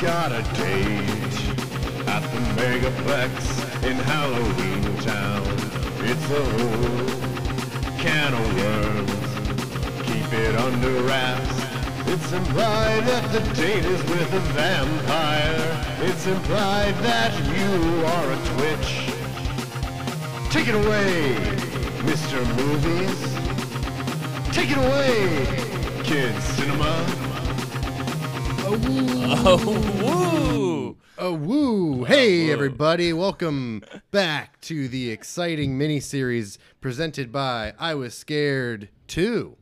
got a date at the Megaplex in Halloween Town. It's a whole can of worms. Keep it under wraps. It's implied that the date is with a vampire. It's implied that you are a twitch. Take it away, Mr. Movies. Take it away, Kids Cinema. Oh, woo! Oh woo! Hey everybody, welcome back to the exciting miniseries presented by I Was Scared Too.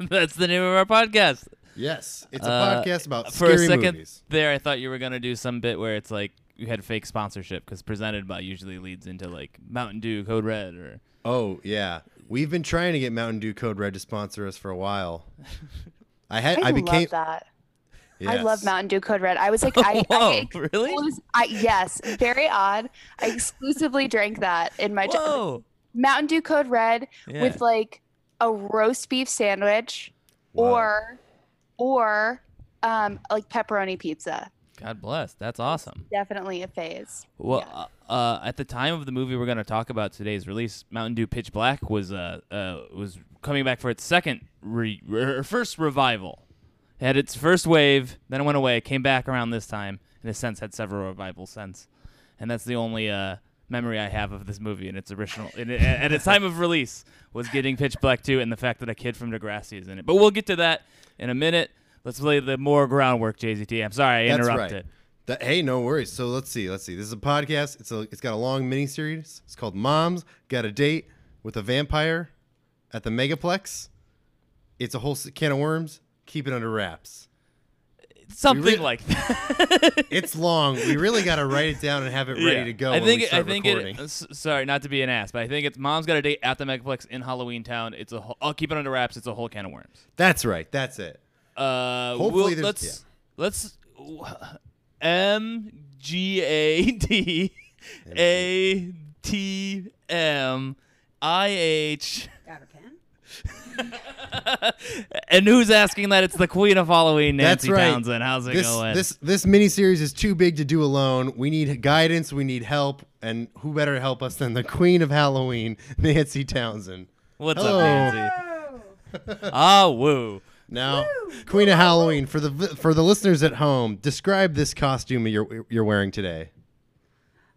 That's the name of our podcast. Yes, it's a Uh, podcast about For scary a second movies. there, I thought you were gonna do some bit where it's like you had fake sponsorship because presented by usually leads into like Mountain Dew, Code Red, or Oh yeah, we've been trying to get Mountain Dew Code Red to sponsor us for a while. I had I, I, became love that. I Yes. love Mountain Dew Code Red. I was like, I, Whoa, I exclus- really? I, yes, very odd. I exclusively drank that in my childhood. whoa, Mountain Dew Code Red Yeah. with like a roast beef sandwich, Wow. or or um, like pepperoni pizza. God bless, that's awesome. Definitely a phase. Well, uh, uh, at the time of the movie we're gonna talk about today's release, Mountain Dew Pitch Black was uh, uh was coming back for its second re- or first revival. It had its first wave, then it went away, came back around this time, and has since had several revivals since. And that's the only uh, memory I have of this movie and its original and it, at its time of release was getting Pitch Black 2 and the fact that a kid from Degrassi is in it. But we'll get to that in a minute. Let's lay the more groundwork, JZT. I'm sorry I That's interrupted. right. That- hey, no worries. So let's see, let's see. This is a podcast. It's a it's got a long miniseries. It's called Moms Got a Date with a Vampire at the Megaplex. It's a whole s- can of worms. Keep it under wraps. Something We re- like that. It's long. we really got to write it down and have it ready Yeah. to go. I when think we it- I start think recording. it. uh, s- Sorry, not to be an ass, but I think it's mom's got a date at the Megaplex in Halloween Town. It's a. Whole, I'll keep it under wraps. It's a whole can of worms. That's right. That's it. Uh, we'll- Hopefully there's- let's let's M G A D A T M I H. Got a pen? And who's asking that? It's the Queen of Halloween, Nancy That's right. Townsend. How's it this, going? This this miniseries is too big to do alone. We need guidance. We need help. And who better to help us than the Queen of Halloween, Nancy Townsend? What's Hello. up, Nancy? Oh. Ah, woo. Now, Queen of Halloween for the for the listeners at home, describe this costume you're you're wearing today.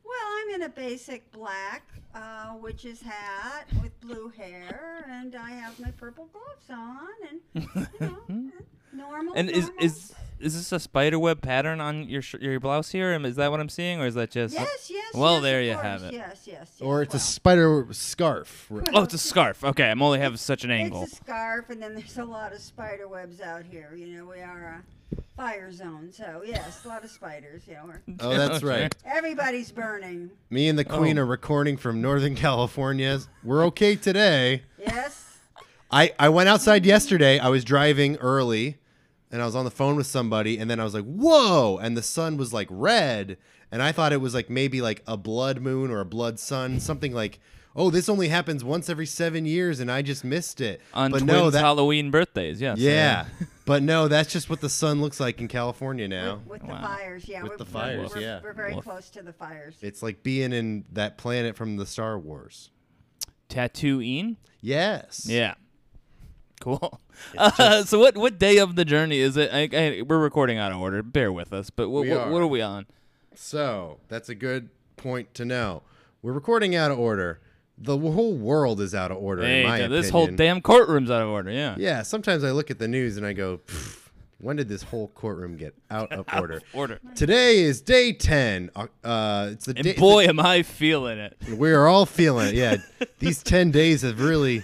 Well, I'm in a basic black uh, witch's hat with blue hair, and I have my purple gloves on, and you know, normal. Hmm? And is normal. is is this a spider web pattern on your sh- your blouse here? Am- Is that what I'm seeing, or is that just? yes, yes. Well, yes, there of you course, have it. Yes, yes, yes. Or it's a well, spider scarf. Oh, it's a scarf. Okay, I'm only having such an It's angle. a scarf, and then there's a lot of spider webs out here. You know, we are a fire zone, so yes, a lot of spiders. You know, we're, Oh, that's right. everybody's burning. Me and the Queen Oh. are recording from Northern California. We're okay today. Yes. I, I went outside yesterday. I was driving early and I was on the phone with somebody and then I was like, whoa. And the sun was like red. And I thought it was like maybe like a blood moon or a blood sun, something like, oh, this only happens once every seven years and I just missed it. On but twins' no, that, Halloween birthdays, yes. Uh, yeah. but no, that's just what the sun looks like in California now. With Wow. the fires, yeah. With we're, the we're- fires, we're- yeah. We're very Woof. close to the fires. It's like being in that planet from the Star Wars. Tatooine. Yes. Yeah. Cool. Uh, so what what day of the journey is it? I, I, we're recording out of order. Bear with us. But what We what, what are. are we on? So that's a good point to know. We're recording out of order. The whole world is out of order. Hey, in my this opinion. whole damn courtroom's out of order. Yeah. Yeah, sometimes I look at the news and I go, "Pfft, when did this whole courtroom get out of order? Order. Today is day ten. Uh, Uh, it's the And day. boy, am I feeling it. we are all feeling it. Yeah, these ten days have really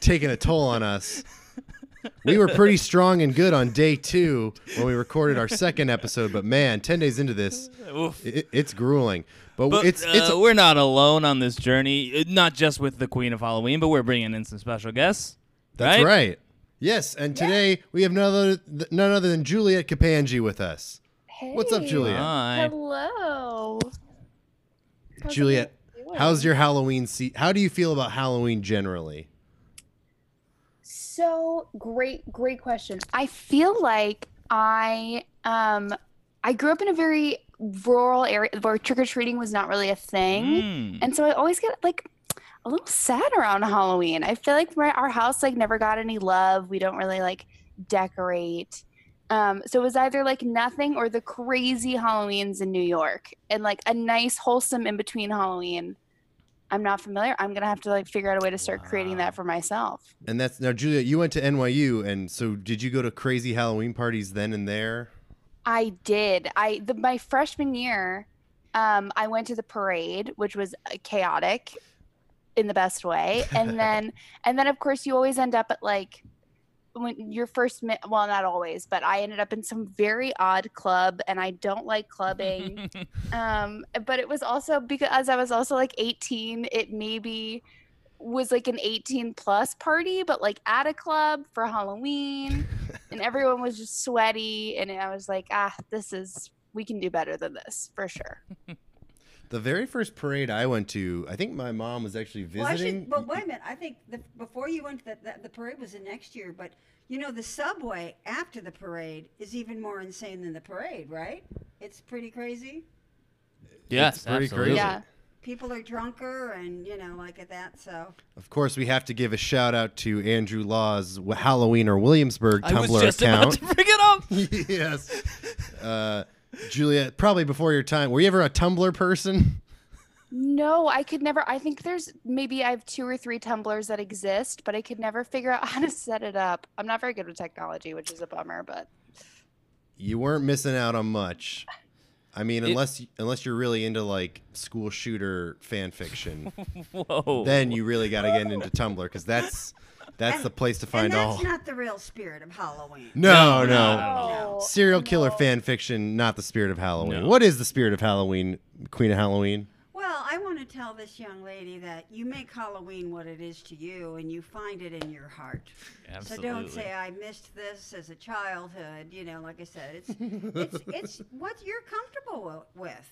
taken a toll on us. We were pretty strong and good on day two when we recorded our second episode, but man, ten days into this, Oof. it, it's grueling. But, But it's uh, it's we're not alone on this journey. uh, Not just with the Queen of Halloween, but we're bringing in some special guests. That's right. Yes, and today we have none other, th- none other than Juliet Capangi with us. What's up, Hey, Juliet? Hi. Hello. How's Juliet, everyone doing? how's your Halloween? Se- how do you feel about Halloween generally? So great, great question. I feel like I um I grew up in a very rural area where trick or treating was not really a thing. Mm. And so I always get like a little sad around Halloween. I feel like my, our house like never got any love. We don't really like decorate. Um, so it was either like nothing or the crazy Halloweens in New York and like a nice wholesome in between Halloween. I'm not familiar. I'm gonna have to like figure out a way to start creating Wow. that for myself. And that's now, Julia. You went to NYU, and so did you go to crazy Halloween parties then and there? I did. I the, my freshman year, um, I went to the parade, which was uh, chaotic, in the best way. And then, and then of course, you always end up at like when your first mi- well, not always, but I ended up in some very odd club, and I don't like Hmm. Mm-hmm. clubbing. um, but it was also because as I was also like 18, it maybe was like an 18 plus party, but like at a club for Halloween and everyone was just sweaty and i was like ah this is we can do better than this for sure The very first parade I went to, I think my mom was actually Well, I visiting. should, but wait a minute. I think the, before you went to the, the, the parade was the next year, but you know, the subway after the parade is even more insane than the parade, right? It's pretty crazy. yes, pretty absolutely. crazy. yeah People are drunker and, you know, like at that. So, Of course, we have to give a shout out to Andrew Law's W- Halloween or Williamsburg I was Tumblr just account. about to bring it up. yes. Uh, Julia, probably before your time, were you ever a Tumblr person? no i could never i think there's maybe i have two or three tumblers that exist but i could never figure out how to set it up i'm not very good with technology which is a bummer but You weren't missing out on much. I mean, It- unless unless you're really into like school shooter fan fiction, Whoa. then you really got to get into Tumblr because that's that's the place to and find that's all. not the real spirit of Halloween. no, no, oh serial killer fan fiction, not the spirit of Halloween. No. What is the spirit of Halloween, Queen of Halloween? Well, I want to tell this young lady that you make Halloween what it is to you and you find it in your heart. So don't say I missed this as a childhood, you know, like I said, it's it's it's what you're comfortable wi- with.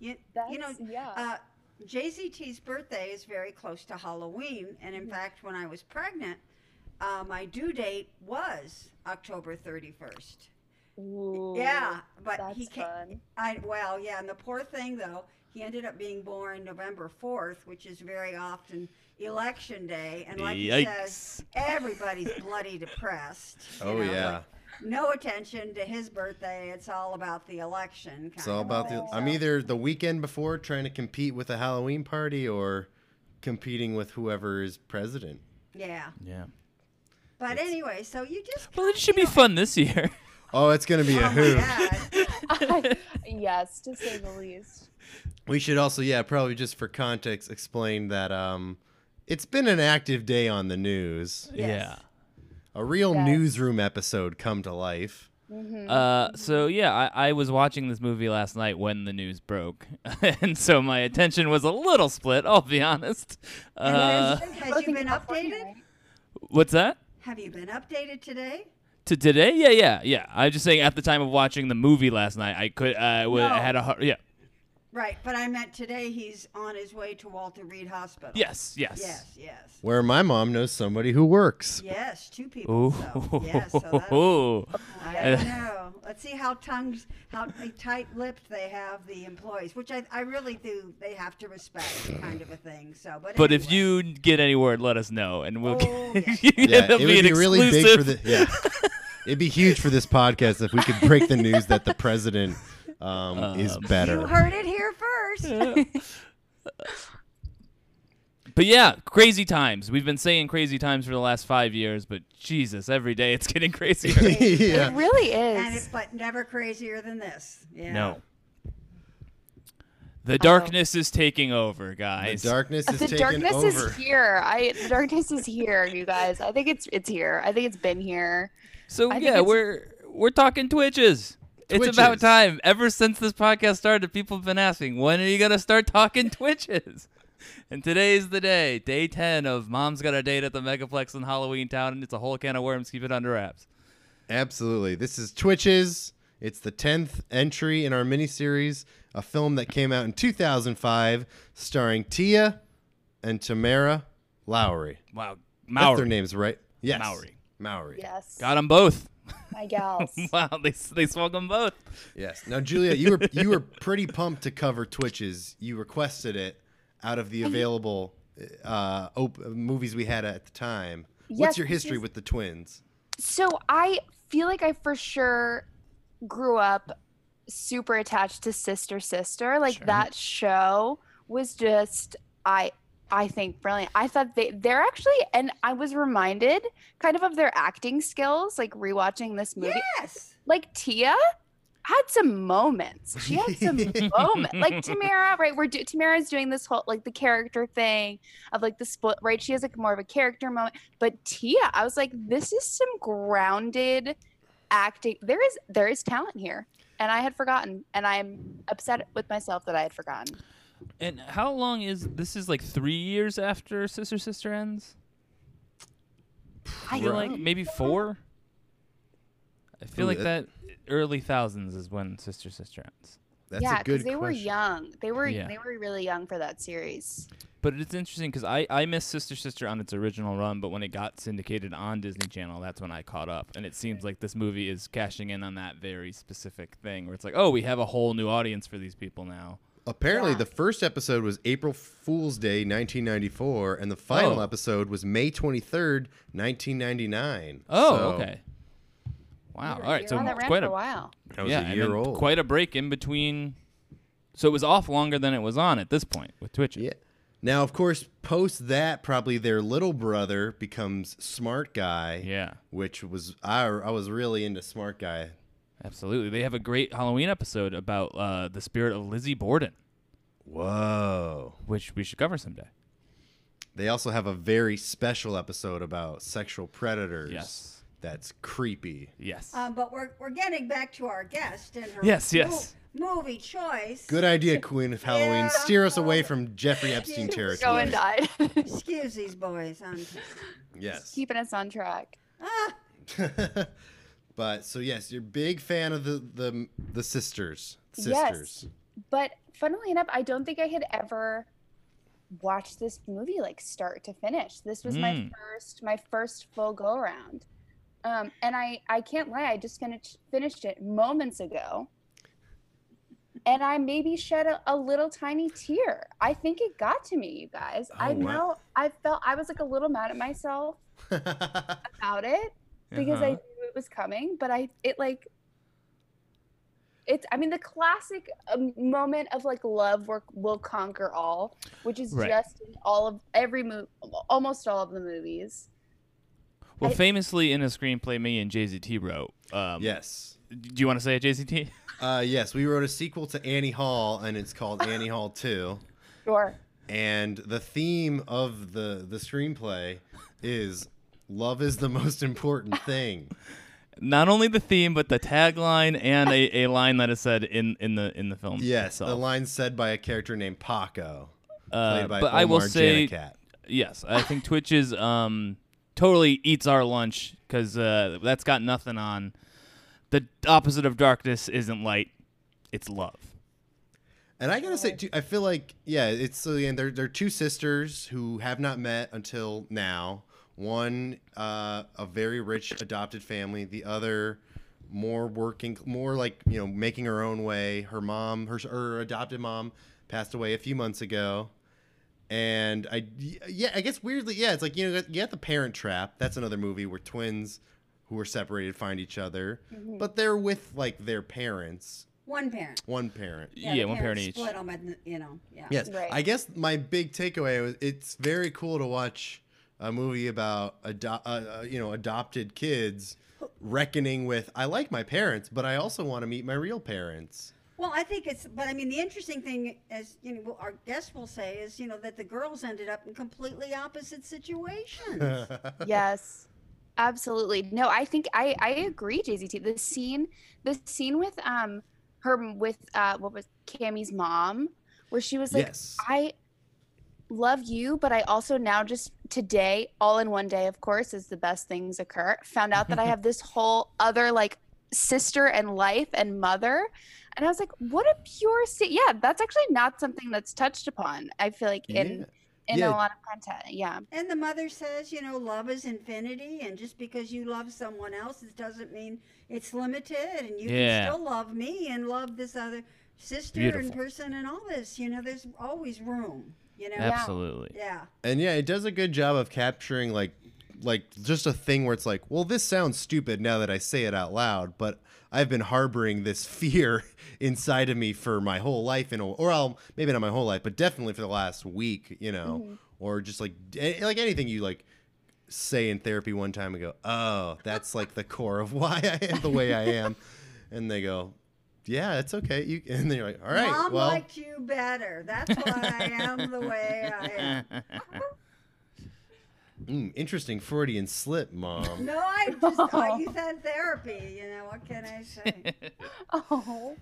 You, you know, That's- yeah. uh JZT's birthday is very close to Halloween, and Mm-hmm. in fact, when I was pregnant, uh, my due date was October 31st. Ooh, Yeah, but he that's ca- fun. I well, yeah, and the poor thing though, he ended up being born November fourth, which is very often election day, and like he says, everybody's bloody depressed. you Oh, know, yeah. like, no attention to his birthday. It's all about the election. Kind It's all of about the. thing, I'm so- either the weekend before trying to compete with a Halloween party or competing with whoever is president. Yeah, Yeah. but anyway, so you just Well, it should be fun this year. Oh, it's gonna be a oh hoot. my God. yes to say the least We should also, yeah, probably just for context, explain that um, it's been an active day on the news. Yes. A real Yes. newsroom episode come to life. Yeah. Uh, so yeah, I, I was watching this movie last night when the news broke, and so my attention was a little split. I'll be honest. And Uh, has, has you been updated? what's that? Have you been updated today? To today? Yeah, yeah, yeah. I'm just saying. At the time of watching the movie last night, I could. uh, I wa- I had a hard. Yeah. Right, but I meant today. He's on his way to Walter Reed Hospital. Yes. Yes. Yes. Yes. Where my mom knows somebody who works. Yes, two people. Ooh. So, yes, so that, I don't know. Let's see how tongues, how tight-lipped they have the employees, which I, I really do. They have to respect, kind of a thing. So, but But if anyway. you get any word, let us know, and we'll. Oh, yes. Yeah, it'll it would be an really big exclusive. for the. Yeah, it'd be huge for this podcast if we could break the news that the president um, is better. you heard it here first. But yeah, crazy times. We've been saying crazy times for the last five years, but Jesus, every day it's getting crazier. yeah. it really and it, is but never crazier than this. Yeah. no. The darkness is taking over, The guys. darkness is the taking darkness over. is here i the darkness is here you guys i think it's it's here i think it's been here so I think yeah, it's- we're we're talking twitches. It's Twitches. about time. Ever since this podcast started, people have been asking, when are you gonna start talking twitches? And today's the day, day ten of Mom's got a date at the Megaplex in Halloween Town, and it's a whole can of worms. Keep it under wraps. Absolutely. This is Twitches. It's the 10th entry in our miniseries, a film that came out in 2005 starring Tia and Tamara Lowry. Wow, That's Maori. their names, right? Yes. Mowry. Mowry. yes Got them both. my gals. Wow, they they swung them both. Yes. Now, Julia, you were you were pretty pumped to cover Twitches. You requested it out of the available uh, op- movies we had at the time. What's Yes, your history because- with the twins? So I feel like I for sure grew up super attached to Sister Sister. Like Sure. that show was just I I think brilliant. I thought they they're actually and I was reminded kind of of their acting skills like rewatching this movie. Yes. Like Tia had some moments. She had some moment. Like Tamara, right? We're do- Tamara's doing this whole like the character thing of like the split, right? She has like more of a character moment. But Tia, I was like, this is some grounded acting. There is there is talent here, and I had forgotten, and I'm upset with myself that I had forgotten. And how long is this? Is like three years after Sister Sister ends. I feel like maybe four. I feel Ooh, like that- that early thousands is when Sister Sister ends. That's yeah, a good they question. were young. They were Yeah. they were really young for that series. But it's interesting because I I missed Sister Sister on its original run, but when it got syndicated on Disney Channel, that's when I caught up. And it seems like this movie is cashing in on that very specific thing where it's like, oh, we have a whole new audience for these people now. Apparently, Yeah. the first episode was April Fool's Day, 1994, and the final Oh. episode was May 23rd, 1999. Oh, So, okay. Wow. You're- All right. you're So Wow, that ran quite for a a while. That was yeah, a and year then old. Quite a break in between. So it was off longer than it was on at this point with Twitch. Yeah. Now, of course, post that, probably their little brother becomes Smart Guy. Yeah. Which was I, I was really into Smart Guy. Absolutely. They have a great Halloween episode about uh, the spirit of Lizzie Borden, Whoa. which we should cover someday. They also have a very special episode about sexual predators. Yes. That's creepy. Yes. Um, but we're, we're getting back to our guest and her Yes, mo- yes. movie choice. Good idea, Queen of Halloween. Yeah. Steer us away from Jeffrey Epstein Go territory. and died, Excuse these boys. I'm, Yes. keeping us on track. ah, but so yes, you're a big fan of the the the sisters. Yes. Sisters. But funnily enough, I don't think I had ever watched this movie like start to finish. This was my Hmm. Mm. first my first full go around. Um, and I I can't lie, I just finished finished it moments ago. And I maybe shed a, a little tiny tear. I think it got to me, you guys. I Oh, wow. know I felt I was like a little mad at myself about it because I Uh-huh. knew it was coming, but I it like it's I mean the classic um, moment of like love work will conquer all, which is Right. just in all of every movie, almost all of the movies. well, I- famously in a screenplay me and JZT wrote. Um, yes. Do you want to say it, JZT? Uh, yes, we wrote a sequel to Annie Hall, and it's called Annie Hall Two. Sure. And the theme of the the screenplay is love is the most important thing. Not only the theme, but the tagline and a, a line that is said in, in the in the film. Yes, a itself. line said by a character named Paco, Uh, played by but Omar I will say, Janikat. yes, I think Twitch is um, totally eats our lunch because uh, that's got nothing on. The opposite of darkness isn't light; it's love. And I gotta say, too, I feel like yeah, it's so again, they're they're two sisters who have not met until now. One, uh, a very rich adopted family. The other, more working, more like you know, making her own way. Her mom, her her adopted mom, passed away a few months ago. And I, yeah, I guess weirdly, yeah, it's like you know, you got the Parent Trap. That's another movie where twins who are separated find each other, but they're with like their parents, one parent. one parent. Yeah, the one parent parents each. Split 'em and, you know, yeah. Yes. Right. I guess my big takeaway was it's very cool to watch a movie about ado- uh, uh, you know adopted kids reckoning with I like my parents, but I also want to meet my real parents. Well, I think it's, but I mean, the interesting thing, as you know, our guest will say, is you know that the girls ended up in completely opposite situations. yes absolutely no i think i i agree jzt the scene the scene with um her m- with uh what was cammy's mom where she was like Yes. i love you but i also now just today all in one day of course as the best things occur found out that i have this whole other like sister and life and mother and i was like what a pure scene yeah that's actually not something that's touched upon i feel like in Yeah. in Yeah. a lot of content. Yeah. And the mother says, you know, love is infinity, and just because you love someone else, it doesn't mean it's limited, and you Yeah. can still love me and love this other sister and Beautiful. person and all this. You know, there's always room. You know, Absolutely. yeah, And yeah, it does a good job of capturing like like just a thing where it's like, well, this sounds stupid now that I say it out loud, but I've been harboring this fear inside of me for my whole life, in a, or I'll, maybe not my whole life, but definitely for the last week, you know, Mm-hmm. or just like a- like anything you like say in therapy one time and go, oh, that's like the core of why I am the way I am, and they go, yeah, it's okay, you, and then you're like, all right, mom well, liked you better. That's why I am the way I am. mm, interesting Freudian slip, mom. No, I just thought you said therapy. You know, what can I say? Oh.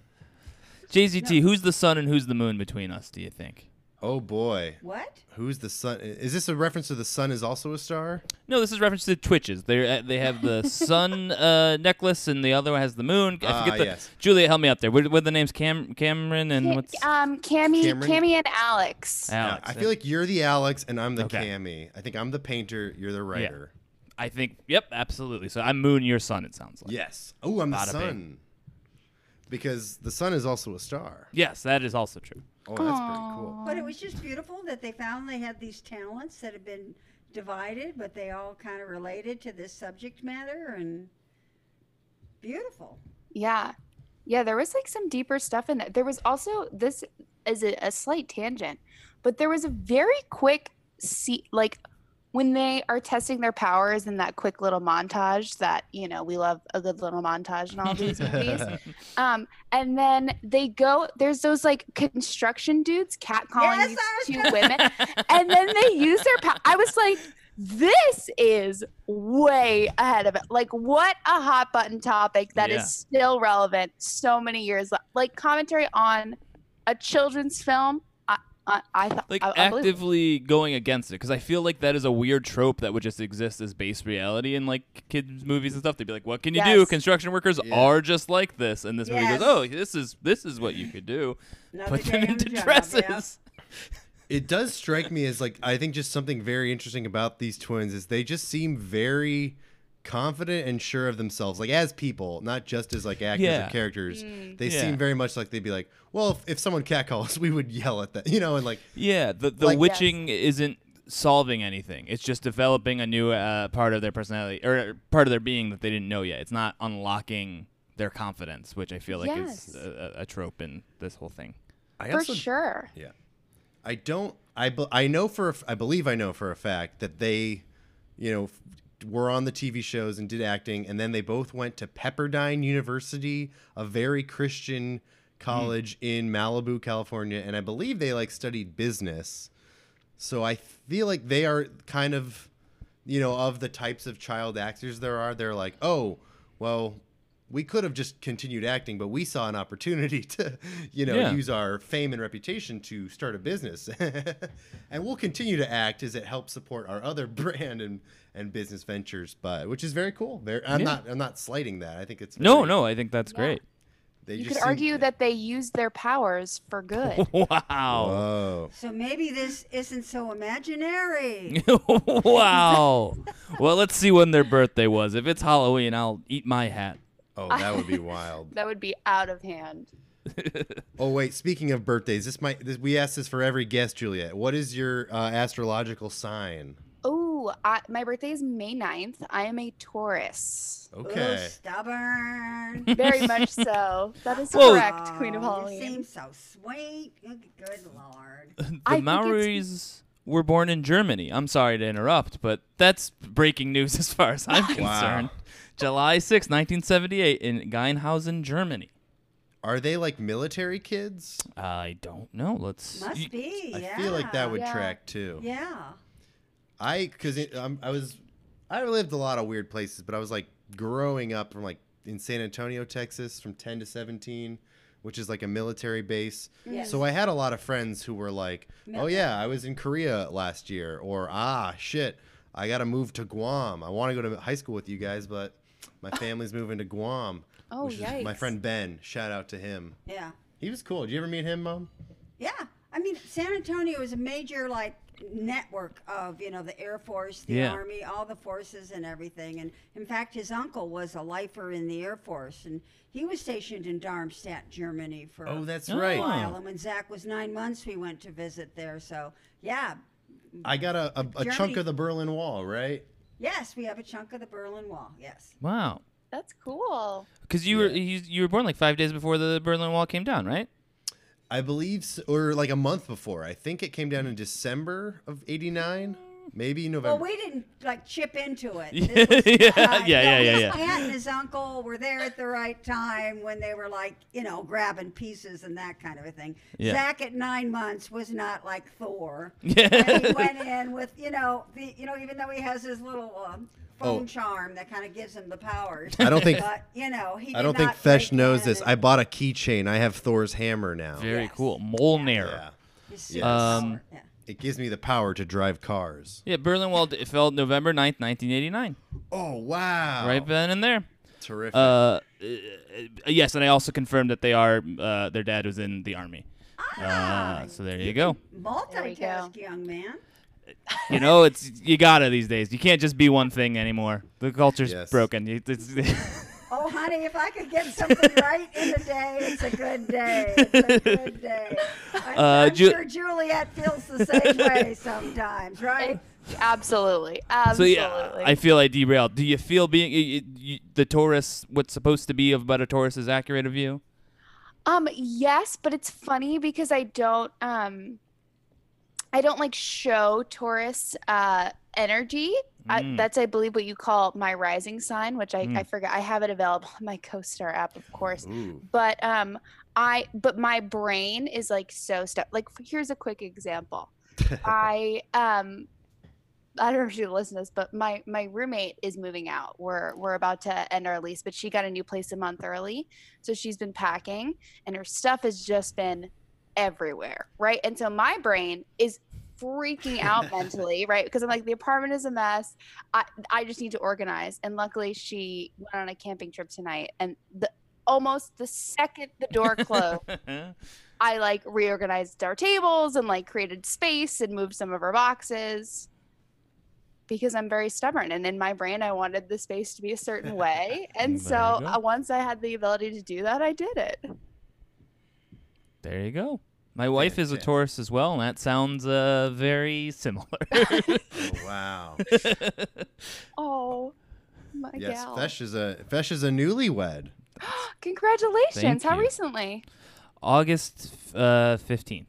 JZT, who's the sun and who's the moon between us? Do you think? oh boy. what? Who's the sun? Is this a reference to the sun is also a star? No, this is reference to Twitches. They uh, they have the sun uh, necklace and the other one has the moon. I Ah, forget the yes. Julia, help me out there. What, what are the names? Cam Cameron and Ca- what's um, Cammy, Cameron? Cammy and Alex. Alex? I feel like you're the Alex and I'm the Okay. Cammy. I think I'm the painter. You're the writer. I think. Yep, absolutely. So I'm moon, your sun. It sounds like. Yes. Oh, I'm the Bada bing. sun. Because the sun is also a star. Yes, that is also true. Oh, that's pretty cool. But it was Um, just beautiful that they found they had these talents that had been divided, but they all kind of related to this subject matter and beautiful. Yeah. Yeah, there was like some deeper stuff in that. There was also this is a, a slight tangent, but there was a very quick see like when they are testing their powers in that quick little montage that, you know, we love a good little montage in all these movies. Um, and then they go there's those like construction dudes catcalling Yes, these I two women and then they use their power. I was like, this is way ahead of it. Like, what a hot button topic that is Yeah. still relevant so many years. la- Like, commentary on a children's film. I, I, I thought Like I, unbelievable. actively going against it because I feel like that is a weird trope that would just exist as base reality in like kids movies and stuff. They'd be like, "What can you do? Yes. Construction workers Yeah. are just like this." And this movie Yes. goes, "Oh, this is this is what you could do." Another Put them day on into the job, dresses. yeah. It does strike me as like, I think just something very interesting about these twins is they just seem very confident and sure of themselves, like as people, not just as like actors Yeah. or characters. They Yeah. seem very much like they'd be like, well, if, if someone catcalls, we would yell at that, you know, and like, Yeah, the the Like- witching isn't solving anything. It's just developing a new uh, part of their personality or part of their being that they didn't know yet. It's not unlocking their confidence, which I feel like Yes. is a, a a trope in this whole thing. I for also sure. Yeah. I don't. I be- I know for. a f- I believe I know for a fact that they, you know, f- were on the TV shows and did acting, and then they both went to Pepperdine University, a very Christian college in Malibu, California, and I believe they like studied business. So I feel like they are kind of, you know, of the types of child actors there are. They're like, oh, well, we could have just continued acting, but we saw an opportunity to, you know, Yeah. use our fame and reputation to start a business, and we'll continue to act as it helps support our other brand and and business ventures. But which is very cool. Very, I'm Yeah. not I'm not slighting that. I think it's No, very- no, I think that's great. They You just could seem- argue that they used their powers for good. Wow. Whoa. So maybe this isn't so imaginary. wow. well, let's see when their birthday was. If it's Halloween, I'll eat my hat. Oh, that would be wild. that would be out of hand. Oh wait, speaking of birthdays, this might this, we ask this for every guest, Juliet. What is your uh, astrological sign? Oh, my birthday is May 9th. I am a Taurus. Ooh, Okay. stubborn. Very much so. That is Whoa. correct, Queen of Oh, you Halloween. seem so sweet. Good lord. The I think it's- Maoris were born in Germany. I'm sorry to interrupt, but that's breaking news as far as I'm concerned. July 6, 1978, in Geinhausen, Germany. Are they like military kids? I don't know. Let's. Must you- be. I yeah. feel like that would Yeah. track too. Yeah. I because um, I was I lived a lot of weird places, but I was like growing up from like in San Antonio, Texas, from ten to seventeen, which is like a military base. Yes. So I had a lot of friends who were like, "Oh Military. yeah, I was in Korea last year," or "Ah shit, I gotta move to Guam. I want to go to high school with you guys, but my family's moving to Guam." Oh, which is my yikes. friend Ben. Shout out to him. Yeah. He was cool. Did you ever meet him, Mom? Yeah. I mean, San Antonio is a major like network of you know the air force the Yeah. army all the forces and everything and in fact his uncle was a lifer in the air force and he was stationed in darmstadt germany for Oh, that's Oh. right. while. And when Zach was nine months, we went to visit there. So, yeah. I got a, a, a chunk Germany- of the Berlin Wall, right? Yes, we have a chunk of the Berlin Wall. Yes. Wow. That's cool. Because you were you, you were born like five days before the Berlin Wall came down, right? I believe, s- or like a month before. I think it came down in December of '89, maybe Well, November. we didn't like chip into it. Yeah, This was- uh, yeah, yeah, yeah, his yeah. Aunt and his uncle were there at the right time when they were like, you know, grabbing pieces and that kind of a thing. Yeah. Zach at nine months was not like Thor. Yeah. And he went in with, you know, the, you know, even though he has his little um, phone Oh. charm that kind of gives him the powers. I don't think- But you know, he. I did don't think not Fesh break knows in this. and- I bought a keychain. I have Thor's hammer now. Very Yes. cool. Molnir. Yeah. He's Yes. super Um, smart, yeah. It gives me the power to drive cars. Yeah, Berlin Wall d- fell November 9th, 1989. Oh wow! Right then and there. Terrific. Uh, uh, yes, and I also confirmed that they are, uh, their dad was in the army. Ah, Uh, so there you go. we go. multitask, young man. You know, it's you gotta these days. You can't just be one thing anymore. The culture's Yes. broken. You- it's- Oh, honey, if I could get something right in a day, it's a good day. It's a good day. I, Uh, I'm Ju- sure Juliet feels the same way sometimes, right? Absolutely. Absolutely. so yeah, I feel I derailed. Do you feel being y y y the Taurus? What's supposed to be about a Taurus is accurate of you? Um, yes, but it's funny because I don't um I don't like show Taurus uh energy. I, Mm. that's I believe what you call my rising sign, which I, I forgot I have it available on my CoStar app, of course. Ooh. But um I but my brain is like so stuck. Like here's a quick example. I um I don't know if you listen to this, but my my roommate is moving out. We're we're about to end our lease, but she got a new place a month early, so she's been packing, and her stuff has just been everywhere, right? And so my brain is freaking out mentally, right? Because I'm like, the apartment is a mess. I I just need to organize. And luckily, she went on a camping trip tonight, and the almost the second the door closed. I like reorganized our tables and like created space and moved some of our boxes because I'm very stubborn and in my brain I wanted the space to be a certain way and There so you go. uh, once I had the ability to do that I did it. there you go. My wife is a Fantastic. Taurus as well, and that sounds uh, very similar. Oh, wow. Oh my yes, gal. Fesh is a Fesh is a newlywed. Congratulations. Thank How you. recently? August uh, 15th.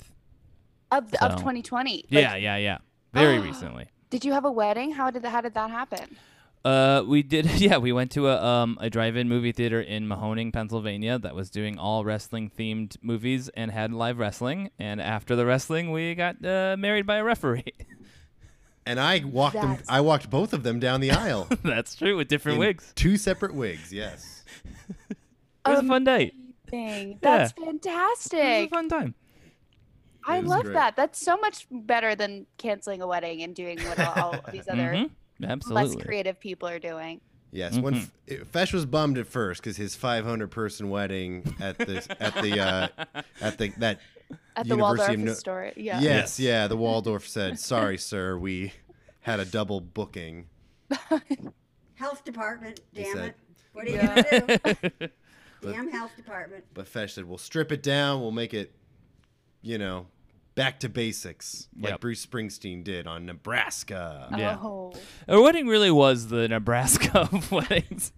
Of the, of So- 2020. Like, yeah, yeah, yeah. Very Ah. recently. Did you have a wedding? How did that, how did that happen? Uh, we did. Yeah, we went to a um a drive-in movie theater in Mahoning, Pennsylvania, that was doing all wrestling-themed movies and had live wrestling. And after the wrestling, we got uh, married by a referee. And I walked them. That's- I walked both of them down the aisle. That's true, with different in wigs. Two separate wigs. Yes. It was a fun night. Amazing. That's It was a fantastic. fun time. I It was love great. that. That's so much better than canceling a wedding and doing what all all these other Mhm. less Absolutely. creative people are doing. Yes. When Mm-hmm. F- it- Fesh was bummed at first because his 500 person wedding at the at the uh, at the that At the University Waldorf of No- Astoria. Yeah. yes yeah the Waldorf said sorry sir we had a double booking. Health department, He damn said- it. What are you gonna do? But- damn health department. But Fesh said we'll strip it down. We'll make it, you know, back to basics like Yep. Bruce Springsteen did on Nebraska. Yeah. Oh. Our wedding really was the Nebraska of weddings.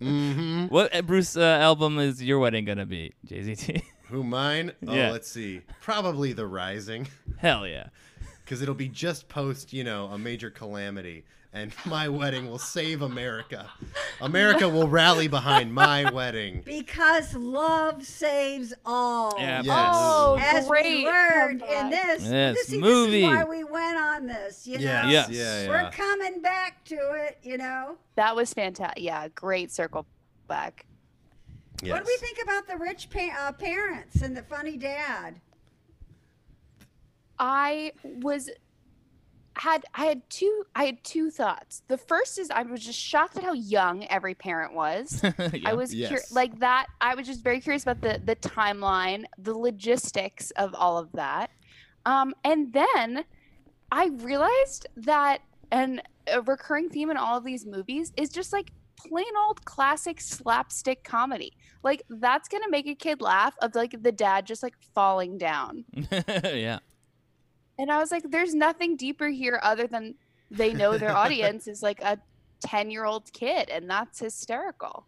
Mm-hmm. what uh, Bruce uh, album is your wedding gonna be, JZT? Who mine? Oh, Yeah. let's see. Probably The Rising. Hell yeah. because it'll be just post, you know, a major calamity, and my wedding will save America. America will rally behind my wedding. Because love saves all. Yeah, Yes. Oh, As great. we learned in comeback. this, Yes, this, see, movie. this is why we went on this, you know. Yes. Yeah, yeah. We're coming back to it, you know. That was fantastic. Yeah, great circle back. What do we think about the rich pa- uh, parents and the funny dad? I was had I had two I had two thoughts. The first is I was just shocked at how young every parent was. Yeah. I was cur- Yes. like that. I was just very curious about the the timeline, the logistics of all of that, um, and then I realized that and a recurring theme in all of these movies is just like plain old classic slapstick comedy. Like that's gonna make a kid laugh of like the dad just like falling down. yeah. And I was like, there's nothing deeper here other than they know their audience is like a 10 year old kid, and that's hysterical.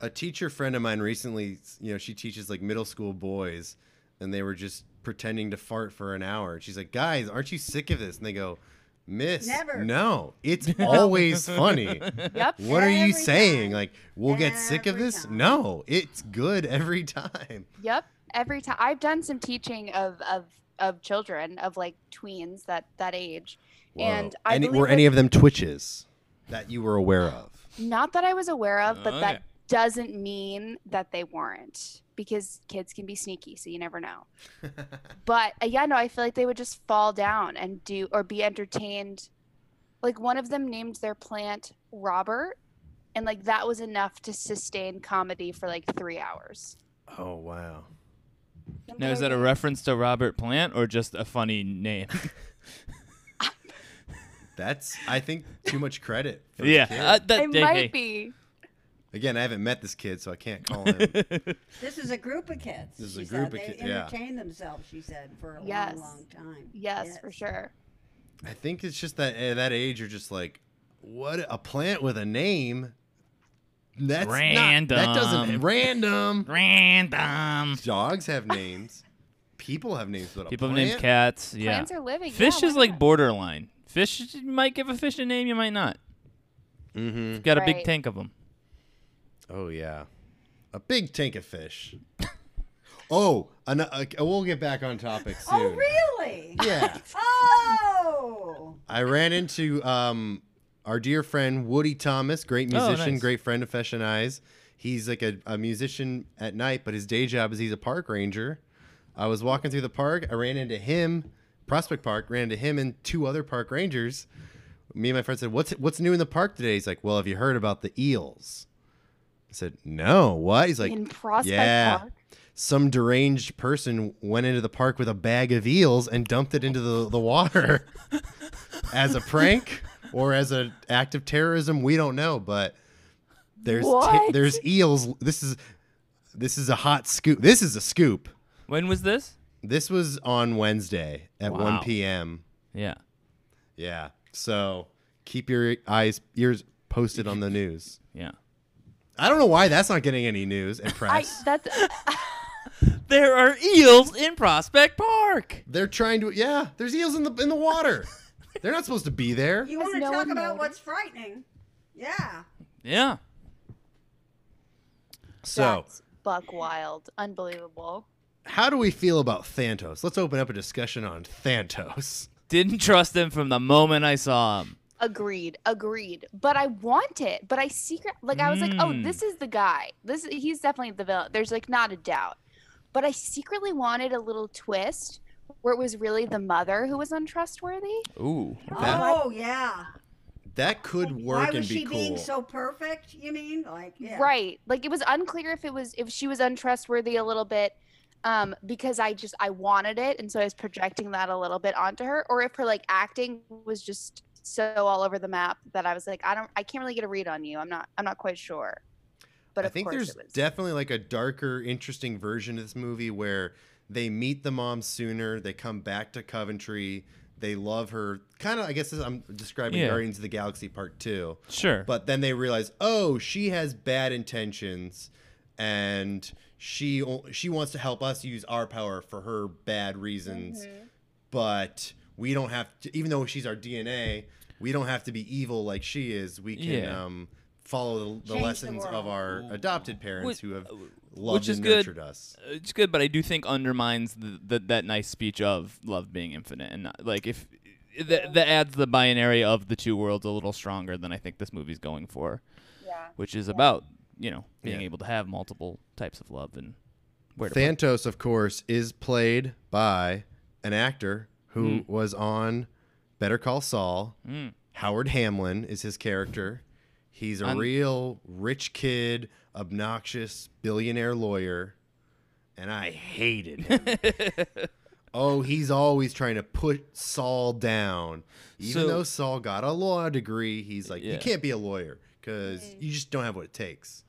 a teacher friend of mine recently, you know, she teaches like middle school boys, and they were just pretending to fart for an hour. And she's like, "Guys, aren't you sick of this?" And they go, "Miss, Never. no, it's always funny. Yep. What are you Every saying? time. Like, we'll get sick of Every this? time. No, it's good every time." Yep. Every time I've done some teaching of of of children of like tweens that that age, and Whoa. I any, believe were that- any of them twitches that you were aware of? not that I was aware of, but Okay. that doesn't mean that they weren't because kids can be sneaky, so you never know. but uh, yeah, no, I feel like they would just fall down and do or be entertained. Like one of them named their plant Robert, and like that was enough to sustain comedy for like three hours. Oh wow. Now is that a reference to Robert Plant or just a funny name? That's I think too much credit. For the yeah. kid. Uh, that, It hey, might hey. be. Again, I haven't met this kid, so I can't call him. This is a group of kids. This is she a group said. of they ki- yeah. entertain themselves, she said, for a Yes. long, long time. Yes, for sure. I think it's just that at that age you're just like, what a plant with a name. That's not- that doesn't Random. random. Random. Dogs have names. People have names, but a People have plant, named cats. Yeah. Plants are living. yeah, Fish why is like not? borderline. Fish you might give a fish a name, you might not. Mm-hmm. Got a big Right. tank of them. Oh yeah, a big tank of fish. oh, an, uh, we'll get back on topic soon. Oh, really? Yeah, Oh! I ran into um our dear friend Woody Thomas, great musician, nice. great friend of Fesh and Eyes. He's like a, a musician at night, but his day job is he's a park ranger. I was walking through the park. I ran into him, Prospect Park. Ran into him and two other park rangers. Me and my friend said, "What's what's new in the park today?" He's like, "Well, have you heard about the eels?" I said, "No, what?" He's like, in Prospect yeah. Park. Some deranged person went into the park with a bag of eels and dumped it into the, the water as a prank or as an act of terrorism. We don't know, but there's ta- What? there's eels. This is this is a hot scoop. This is a scoop. When was this? This was on Wednesday at Wow. 1 p.m. Yeah. Yeah. So keep your eyes ears posted on the news. Yeah. I don't know why that's not getting any news and I press. that's There are eels in Prospect Park. They're trying to. Yeah, there's eels in the in the water. They're not supposed to be there. You Has want to no talk one about noticed? what's frightening? Yeah. Yeah. So, that's buck wild, unbelievable. how do we feel about Thantos? Let's open up a discussion on Thantos. Didn't trust him from the moment I saw him. Agreed, agreed. But I want it. But I secret like I was like, oh, Mm. this Hmm. is the guy. This he's definitely the villain. There's like not a doubt. But I secretly wanted a little twist where it was really the mother who was untrustworthy. Ooh. That- oh, yeah. That could Why work and was be she cool. being so perfect? You mean like yeah. Right. Like it was unclear if it was if she was untrustworthy a little bit um because I just I wanted it and so I was projecting that a little bit onto her or if her like acting was just so all over the map that I was like I don't I can't really get a read on you. I'm not I'm not quite sure. But I of think course there's it was. definitely like a darker, interesting version of this movie where they meet the mom sooner. They come back to Coventry. They love her. Kind of, I guess this- I'm describing Yeah. Guardians of the Galaxy Part Two. Sure. But then they realize, oh, she has bad intentions, and she o- she wants to help us use our power for her bad reasons. Mm-hmm. But we don't have to, even though she's our DNA, we don't have to be evil like she is. We can Yeah. um, follow the, the Change the lessons of world. our adopted parents Which- uh, who have loved is and good. nurtured us. it's good, but I do think undermines the, the that nice speech of love being infinite, and not, like if that that adds the binary of the two worlds a little stronger than I think this movie's going for, Yeah. which is about you know being Yeah. able to have multiple types of love and where to put- Thantos, of course, is played by an actor who Hmm. was on Better Call Saul. Howard Hamlin is his character. He's a Un- real rich kid, obnoxious billionaire lawyer, and I hated him. oh, he's always trying to put Saul down. Even So- though Saul got a law degree, he's like, Yeah. you can't be a lawyer because you just don't have what it takes.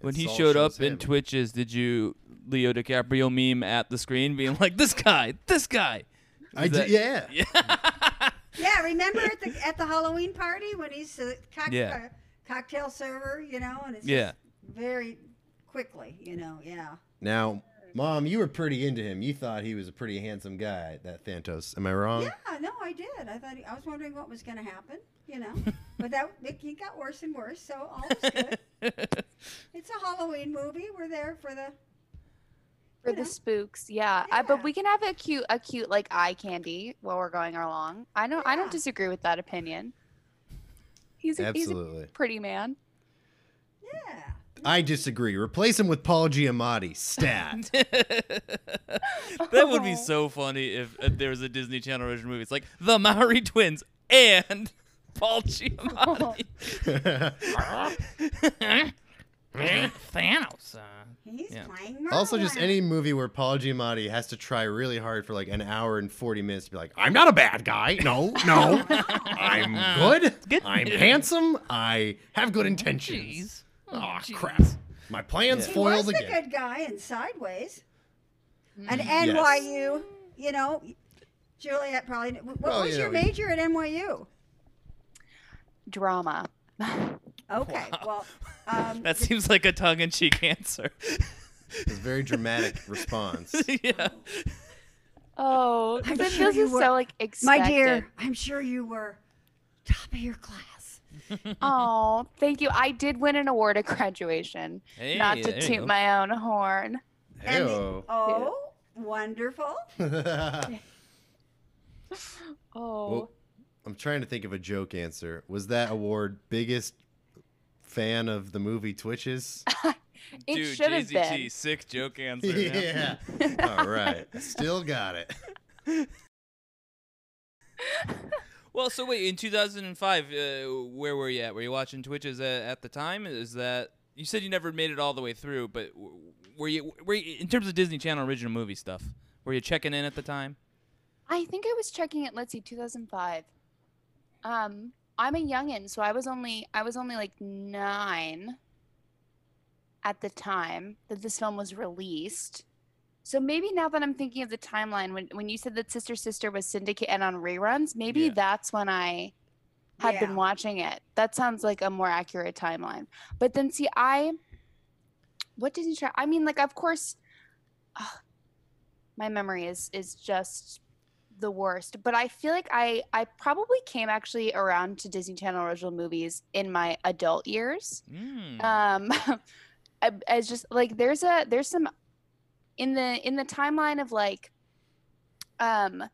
And When he Saul showed shows up in him. Twitches, did you Leo DiCaprio meme at the screen being like, "This guy, this guy"? I that- did, yeah. Yeah, remember at the at the Halloween party when he's a cock- Yeah. uh, cocktail server, you know, and it's Yeah. just very quickly, you know, yeah. Now, mom, you were pretty into him. You thought he was a pretty handsome guy, that Thantos. Am I wrong? Yeah, no, I did. I thought I was wondering what was going to happen, you know, but that it, it got worse and worse. So all was good. it's a Halloween movie. We're there for the for you know. the spooks. Yeah. I, but Yeah. we can have a cute, a cute like eye candy while we're going along. I don't, I Yeah. don't disagree with that opinion. He's a, he's a Absolutely. pretty man. yeah. I disagree. Replace him with Paul Giamatti. Stat. That would Oh. be so funny if, if there was a Disney Channel original movie. It's like the Maori twins and Paul Giamatti. Thanos. uh, He's Yeah. playing. also, just Merlin. any movie where Paul Giamatti has to try really hard for like an hour and 40 minutes to be like, I'm not a bad guy. No, no. I'm good. Good. I'm handsome. I have good intentions. Jeez. Aw, Jeez. crap. My plan's He was foiled the again. good guy in Sideways, Hmm. and Yes. NYU. You know, Juliet probably. kn- What Well, was you your know, you- major at NYU? Drama. Okay, well, um, That seems like a tongue-in-cheek answer. It's a very dramatic response. yeah. Oh, I'm but this sure you is were- so like my expected. dear, I'm sure you were top of your class. Oh, thank you. I did win an award at graduation. Not Hey, to there you go. toot my own horn. And the- Ew. oh, wonderful. Oh, Well, I'm trying to think of a joke answer. Was that award biggest fan of the movie Twitches? it Dude, should have JZT, been. sick joke answer. man. yeah. All right. Still got it. Well, so wait, in 2005, uh, where were you at? Were you watching Twitches at, at the time? Is that you said you never made it all the way through, but w- were you, were you in terms of Disney Channel original movie stuff? Were you checking in at the time? I think I was checking it. Let's see, 2005. Um, I'm a youngin, so I was only I was only like nine at the time that this film was released. So maybe now that I'm thinking of the timeline, when when you said that Sister Sister was syndicate and on reruns, maybe Yeah. that's when I had Yeah. been watching it. That sounds like a more accurate timeline. But then see, I what Disney Channel? I mean, like of course, ugh, my memory is is just the worst but i feel like i i probably came actually around to disney channel original movies in my adult years Mm. um I- as just like there's a there's some in the in the timeline of like um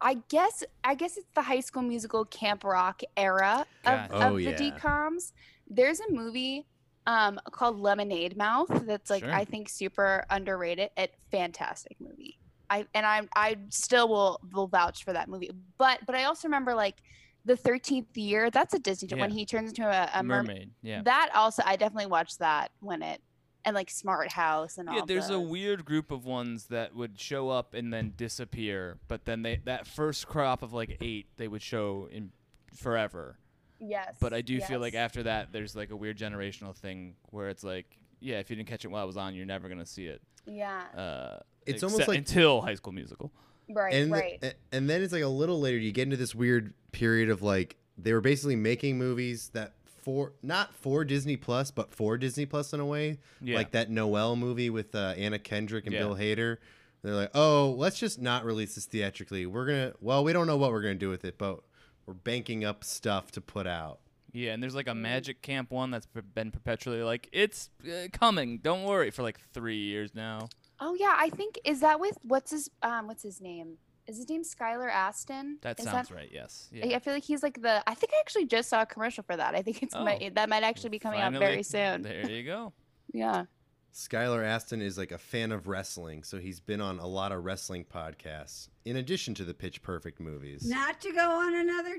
i guess i guess it's the high school musical camp rock era Gotcha. of, of Oh, the yeah. decoms there's a movie um called lemonade mouth that's like Sure. i think super underrated it fantastic movie i and i i still will will vouch for that movie but but i also remember like the 13th year that's a disney when Yeah. he turns into a, a mermaid Mermaid. Yeah. that also, I definitely watched that when it and like Smart House and all. Yeah, there's the, a weird group of ones that would show up and then disappear, but then they that first crop of like eight they would show in forever. yes. But I do feel like yes. after that, there's like a weird generational thing where it's like, yeah, if you didn't catch it while it was on, you're never gonna see it. yeah, Uh, It's almost except like- until High School Musical. right, and, right. eh a- and then it's like a little later you get into this weird period of like they were basically making movies that for not for Disney Plus but for Disney Plus in a way Yeah. like that Noel movie with uh, Anna Kendrick and Yeah. Bill Hader they're like oh let's just not release this theatrically we're gonna well we don't know what we're gonna do with it but we're banking up stuff to put out Yeah, and there's like a Magic Camp one that's per- been perpetually like it's uh, coming. Don't worry for like three years now. oh yeah, I think is that with what's his um what's his name? Is his name Skylar Aston? That Is sounds right. Yes. Yeah. I- I feel like he's like the. I think I actually just saw a commercial for that. I think it's Oh. might, that might actually be coming out Finally- very soon. There you go. Yeah. Skylar Aston is like a fan of wrestling so he's been on a lot of wrestling podcasts in addition to the Pitch Perfect movies Not to go on another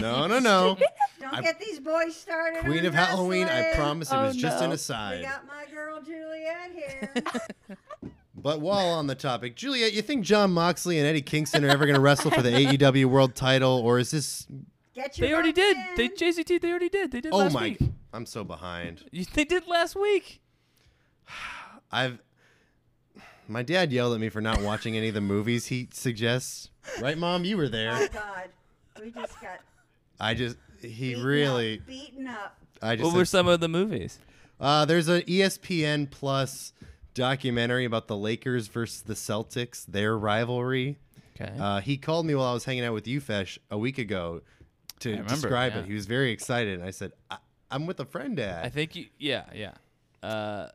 no no no. Don't I- get these boys started. Queen on of Halloween, I wrestling. promise it Oh, was just an no. We aside. got my girl Juliet here. But while on the topic, Juliet, you think John Moxley and Eddie Kingston are ever going to wrestle for the AEW World Title, or is this? Get your They already votes did. They in. JCT. They already did. They did. Oh last my! Week. I'm so behind. You- They did last week. I've my dad yelled at me for not watching any of the movies he suggests. Right, mom, you were Oh there. God, we just got I just he beaten really. up, beaten up. I just What said, were some of the movies? Uh, there's an ESPN Plus documentary about the Lakers versus the Celtics, their rivalry. Okay. Uh, he called me while I was hanging out with you, Fesh, a week ago to remember, describe yeah. it. He was very excited, and I said, I- "I'm with a friend, Dad. I think you. Yeah. Yeah. Uh,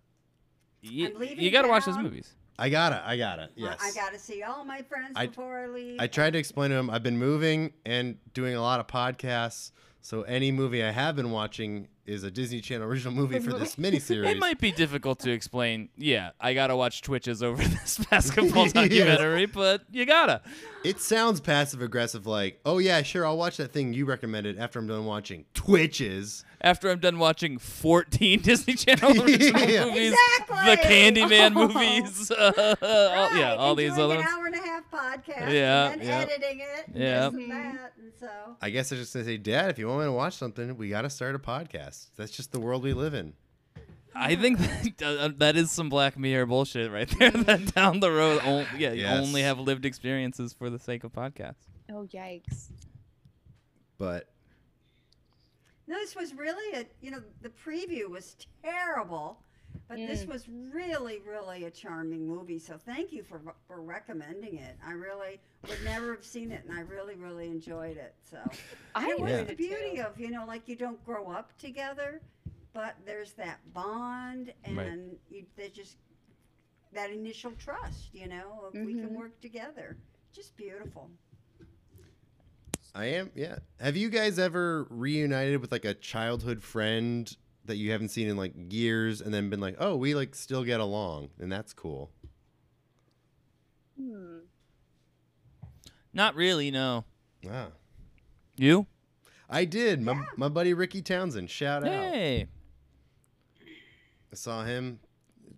y- I'm leaving you got to watch those town. movies. I got it. I got it. I- Yes. I got to see all my friends I- before I leave. I tried to explain to him I've been moving and doing a lot of podcasts, so any movie I have been watching is a Disney Channel original movie for this miniseries. It might be difficult to explain. Yeah, I gotta watch Twitches over this basketball documentary, but you gotta. It sounds passive aggressive, like, "Oh yeah, sure, I'll watch that thing you recommended after I'm done watching Twitches." After I'm done watching 14 Disney Channel original Yeah. movies, Exactly. the Candyman movies, uh, all, yeah, Right, all and these doing other an ones. hour and a half podcast, Yeah, and then yeah. editing it, and Yeah. this and that, and so. I guess I was just gonna say, Dad, if you want me to watch something, we gotta start a podcast. That's just the world we live in. I think that, uh, that is some Black Mirror bullshit right there. that down the road, on- yeah, you Yes. only have lived experiences for the sake of podcasts. Oh yikes! But No, this was really a you know the preview was terrible, but Mm. this was really really a charming movie. So thank you for for recommending it. I really would never have seen it, and I really really enjoyed it. So I it was enjoyed the it, too. beauty of you know like you don't grow up together, but there's that bond and you, there's just that initial trust. You know, of we Mm-hmm. can work together. Just beautiful. I am, yeah. Have you guys ever reunited with like a childhood friend that you haven't seen in like years, and then been like, "Oh, we like still get along, and that's cool." Not really, no. Ah, You? I did. My, my buddy Ricky Townsend, shout out. Hey. I saw him.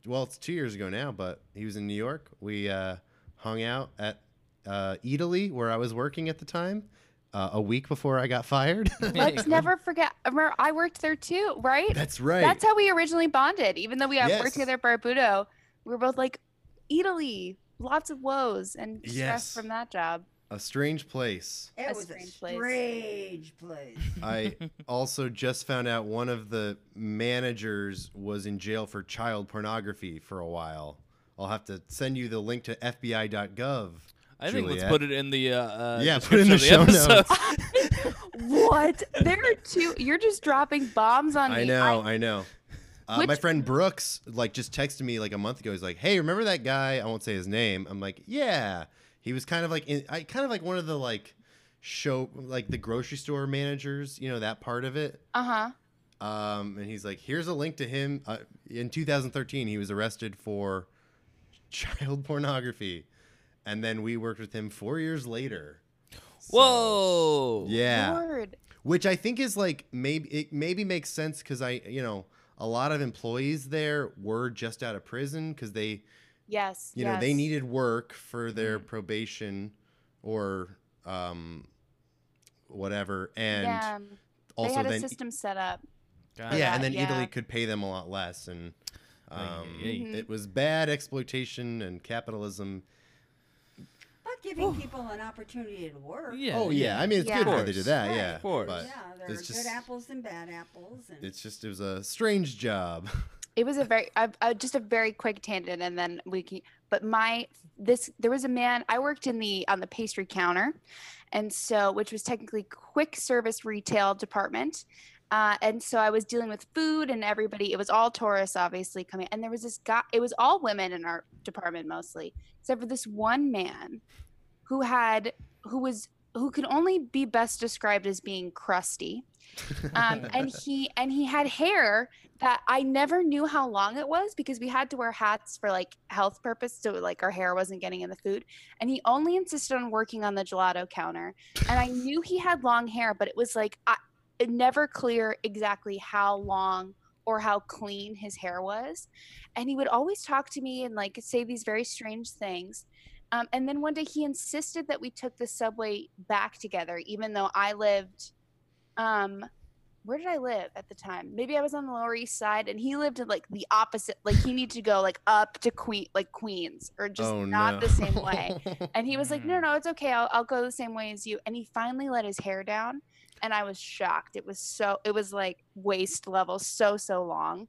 Well, it's two years ago now, but he was in New York. We uh, hung out at uh, Italy, where I was working at the time, uh, a week before I got fired. Hey. Let's never forget. Remember, I worked there too, right? That's right. That's how we originally bonded. Even though we have Yes. worked together at Barbudo, we were both like, Italy, lots of woes and stress Yes. from that job. a strange place. It A was a strange place. strange place. I also just found out one of the managers was in jail for child pornography for a while. I'll have to send you the link to FBI.gov. I think let's Juliet. put it in the uh, uh Yeah, put it in description the of show episode. What? there are two. You're just dropping bombs on me. I know, I, know. Uh, my Which- friend Brooks like just texted me like a month ago. He's like, "Hey, remember that guy? I won't say his name." I'm like, "Yeah." He was kind of like in, I kind of like one of the like show like the grocery store managers, you know, that part of it. Uh huh. Um, and he's like, "Here's a link to him." Uh, in 2013, he was arrested for child pornography, and then we worked with him four years later. So- Whoa. Yeah Lord. which I think is like maybe it maybe makes sense because I you know a lot of employees there were just out of prison because they Yes. you know they yes. Mm-hmm. needed work for their probation or um whatever and Yeah. they also had a then system set up. Got yeah it. that, and then yeah. Italy could pay them a lot less and um, Ay, ay, ay. it was bad exploitation and capitalism But giving people an opportunity to work. Yeah. oh yeah I mean it's Yeah. good how they did Course. that Right, yeah of course. but yeah, there are it's just good apples and bad apples. And it's just it was a strange job It was a very I, I, just a very quick tangent, and then we can. But my this there was a man I worked in the on the pastry counter, and so which was technically quick service retail department, uh, and so I was dealing with food and everybody. It was all tourists, obviously coming, and there was this guy. It was all women in our department mostly, except for this one man, who had who was who could only be best described as being crusty, um, and he and he had hair that I never knew how long it was because we had to wear hats for like health purpose, so like our hair wasn't getting in the food. And he only insisted on working on the gelato counter, and I knew he had long hair, but it was like I, it never clear exactly how long or how clean his hair was. And he would always talk to me and like say these very strange things. Um, and then one day he insisted that we took the subway back together, even though I lived. Um, where did I live at the time? Maybe I was on the Lower East Side, and he lived in like the opposite. Like he needed to go like up to Queen, like Queens, or just oh, not no. the same way. And he was like, Mm-hmm. "No, no, it's okay. I'll, I'll go the same way as you." And he finally let his hair down, and I was shocked. It was so, it was like waist level, so so long.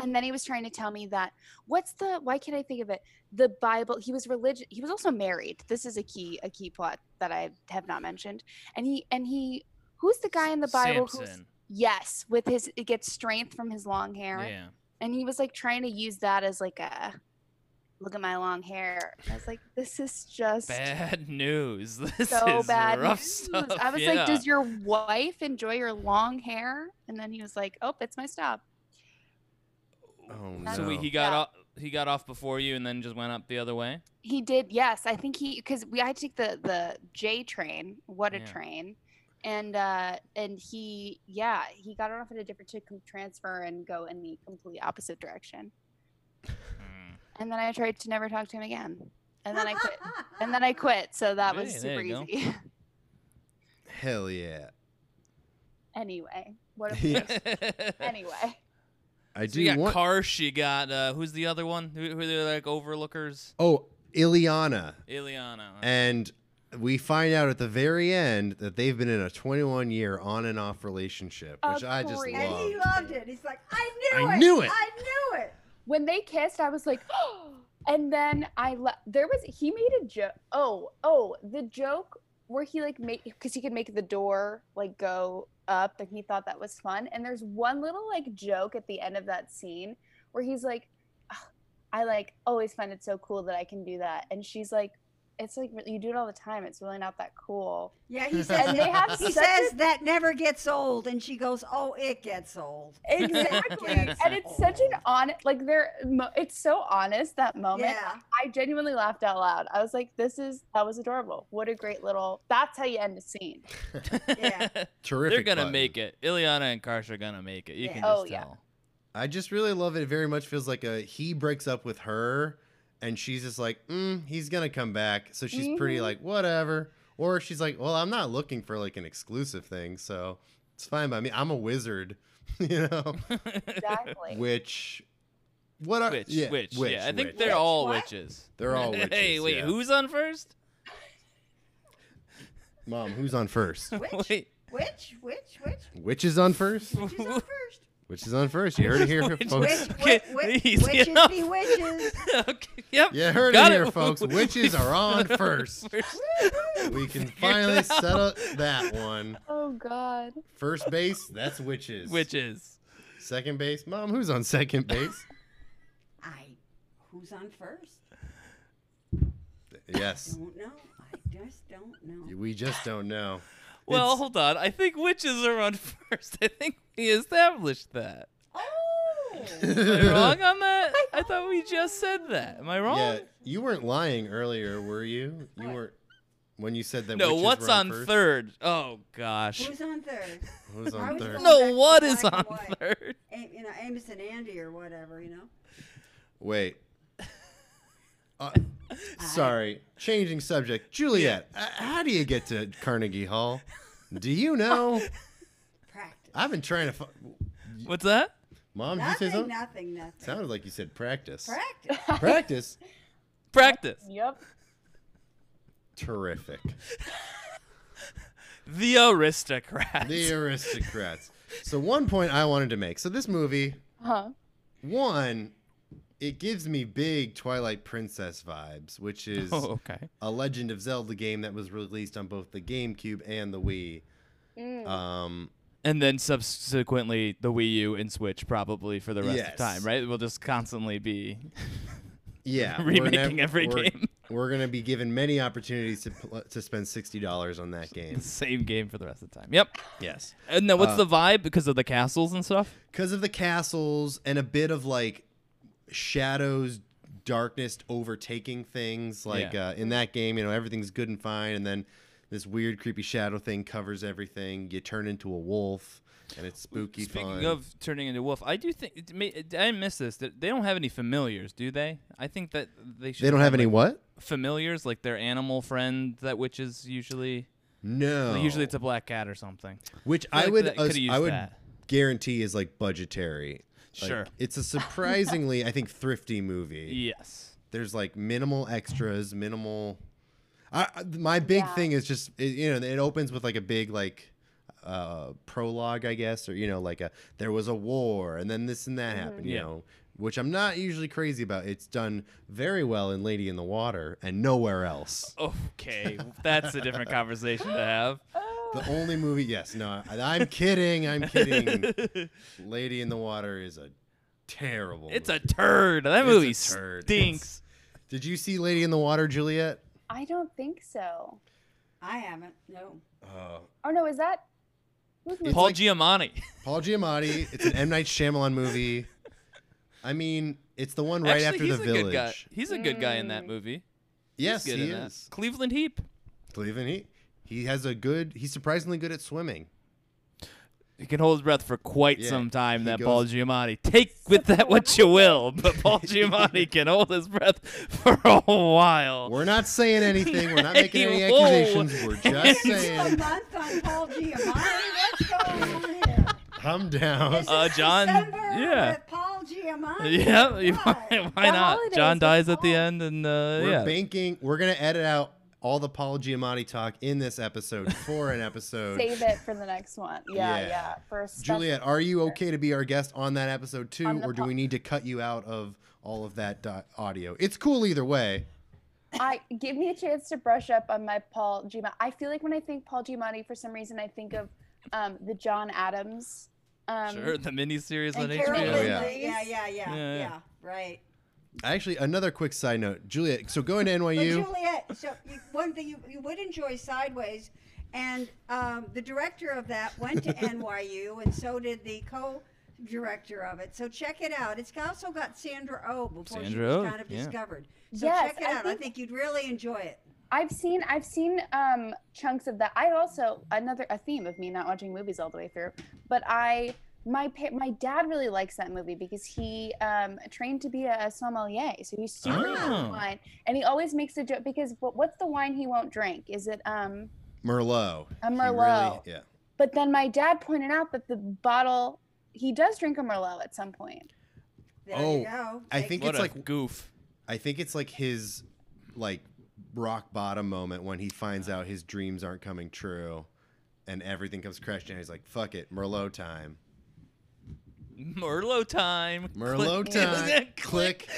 And then he was trying to tell me that what's the why can't I think of it? The Bible. He was religious. He was also married. This is a key a key plot that I have not mentioned. And he and he who's the guy in the Bible? Who's, Samson. Yes, with his it gets strength from his long hair. Yeah. And he was like trying to use that as like a look at my long hair. I was like, this is just Bad news. This so is bad. rough news. stuff. I was yeah. like, does your wife enjoy your long hair? And then he was like, Oh, it's my stop. Oh, So no. we, he got Yeah. off. He got off before you, and then just went up the other way. He did, yes. I think he because we I had to take the the J train. What a Yeah. train! And uh and he yeah he got off at a different to com- transfer and go in the complete opposite direction. Hmm. And then I tried to never talk to him again. And then I quit. and then I quit. So that was Hey, super there you go. easy. Hell yeah. anyway, what a Yeah. anyway. I So do you got want. Karsh. You got uh, who's the other one? Who, who are they like overlookers? oh, Ileana. Ileana. And we find out at the very end that they've been in a 21 year on and off relationship, which Of I just course. And love. he loved it. He's like, I knew I it. knew it." I knew it. when they kissed, I was like, oh. and then I le- there was he made a joke. Oh, oh, the joke where he like make because he could make the door like go up, and he thought that was fun. And there's one little like joke at the end of that scene where he's like, "Ugh, I like always find it so cool that I can do that, and she's like. It's like re- you do it all the time. It's really not that cool. Yeah, he says And they have he such a- says that never gets old, and she goes, "Oh, it gets old." Exactly. Yes. and it's such an honest, like they're, mo- it's so honest that moment. Yeah. I genuinely laughed out loud. I was like, this is, that was adorable. What a great little, that's how you end a scene. yeah. Terrific. They're gonna button. make it. Ileana and Karsh are gonna make it. You Yeah. can Oh, just yeah. tell. I just really love it. It very much feels like a he breaks up with her, and she's just like, mm, he's gonna come back. So she's pretty Mhm. like whatever, or she's like, well, I'm not looking for like an exclusive thing, so it's fine by me. I'm a wizard, you know. Exactly. Which, what are Witch, Uh, yeah, witch, witch, yeah. I think witch. they're Witch, all what? witches. They're all hey, witches, wait, yeah. who's on first? mom. Who's on first? Which? Wait, Which? Which? Which? Witch is on first. Which is on first? Which is on first. You heard it here, Witch- folks. Which? Okay, Which? easy Which? enough. Which? Witches. okay, yep. You heard Got it here, it. folks. Witches are on first. We can finally out. settle that one. oh God. First base, that's witches. Witches. Second base, mom. Who's on second base? I. Who's on first? yes. Don't know. I just don't know. We just don't know. Well, It's- hold on. I think witches are on first. I think we established that. Oh. Am I wrong on that? I thought we just said that. Am I wrong? Yeah, you weren't lying earlier, were you? You weren't when you said that. No, witches what's were on, on first? third? Oh gosh. Who's on third? Who's I on was third? going- back No, to what is black on and white. third? A- you know, Amos and Andy or whatever. You know. Wait. Uh, sorry, changing subject. Juliet, uh, how do you get to Carnegie Hall? Do you know? Practice. I've been trying to. Fu- What's that? Mom, Oh, did you say Nothing. something? Nothing. Nothing. Sounded like you said practice. Practice. practice. Practice. Yep. Terrific. The aristocrats. The aristocrats. So one point I wanted to make. So this movie, Huh. one, it gives me big Twilight Princess vibes, which is oh, okay. a Legend of Zelda game that was released on both the GameCube and the Wii. Mm. Um, And then subsequently the Wii U and Switch probably for the rest Yes. of time, right? We'll just constantly be yeah, we're remaking nev- every we're- game We're gonna be given many opportunities to pl- to spend sixty dollars on that game. the same game for the rest of the time. Yep. Yes, And then what's Uh, the vibe because of the castles and stuff? because of the castles and a bit of like shadows darkness overtaking things like Yeah. uh, in that game you know everything's good and fine and then this weird creepy shadow thing covers everything you turn into a wolf and it's spooky Speaking fun. of turning into a wolf, I do think it may- I miss this. that They don't have any familiars, do they? I think that they should. they don't have any like, what? familiars, like their animal friend that witches usually. No. Usually, it's a black cat or something. which Oh. I I, feel would like that could've us- I used would that. guarantee is like budgetary. Like, Sure. it's a surprisingly I think thrifty movie. Yes. There's like minimal extras, minimal. I, I- my big Yeah. thing is just it, you know it opens with like a big like uh prologue I guess or you know like a there was a war and then this and that happened Mm-hmm. you Yeah. know which I'm not usually crazy about. It's done very well in Lady in the Water and nowhere else. Okay, that's a different conversation to have. Oh. The only movie, yes, no, I, I'm kidding, I'm kidding. Lady in the Water is a terrible. It's a movie. turd. That It's a movie turd. stinks. Did you see Lady in the Water, Juliet? I don't think so. I haven't. No. Oh, Oh no, is that? who's It's Paul like- Giamatti. Paul Giamatti. It's an M Night Shyamalan movie. I mean, it's the one right Actually, after he's The a Village. good guy. He's a good guy in that movie. Yes, he's good he in that. is. Cleveland Heap. Cleveland. He he has a good. He's surprisingly good at swimming. He can hold his breath for quite Yeah, some time. he That goes- Paul Giamatti. Take with that what you will, but Paul Giamatti can hold his breath for a while. We're not saying anything. We're not making any Whoa. accusations. We're just A saying. month on Paul Giamatti. What's going on here? I'm down. This Uh, is John- December yeah. with Paul Giamatti. Yeah, you- Why? why The not? holidays John with dies at Paul. the end, and uh, We're yeah, banking. We're gonna edit out all the Paul Giamatti talk in this episode for an episode. Save it for the next one. Yeah, Yeah. yeah. For a special- Juliet, are you okay to be our guest on that episode too, On the or do po- we need to cut you out of all of that di- audio? It's cool either way. I give me a chance to brush up on my Paul Giamatti. I feel like when I think Paul Giamatti, for some reason, I think of um, the John Adams. Um, sure. The miniseries on And Carol HBO. Oh, yeah. Lindley. Yeah, yeah, yeah, Yeah, yeah, yeah. right. Actually, another quick side note, Juliet. So going to But NYU, Juliet, so you, one thing you, you would enjoy Sideways, and um, the director of that went to NYU, and so did the co. Director of it, so check it out. It's also got Sandra Oh before she Sandra was Oh, kind of yeah. discovered. So Yes, check it I out. I think- think you'd really enjoy it. I've seen I've seen um, chunks of that. I also another a theme of me not watching movies all the way through, but I my pa- my dad really likes that movie because he um, trained to be a sommelier, so he's super into Ah. Oh. wine, and he always makes a joke because what, what's the wine he won't drink? Is it um? Merlot. A He Merlot. Really, yeah. But then my dad pointed out that the bottle he does drink a Merlot at some point. There Oh, you go. I Take- think What it's a like goof. I think it's like his like rock bottom moment when he finds out his dreams aren't coming true, and everything comes crashing. down. He's like, "Fuck it, Merlot time." Merlot time. Click. Merlot time. Click.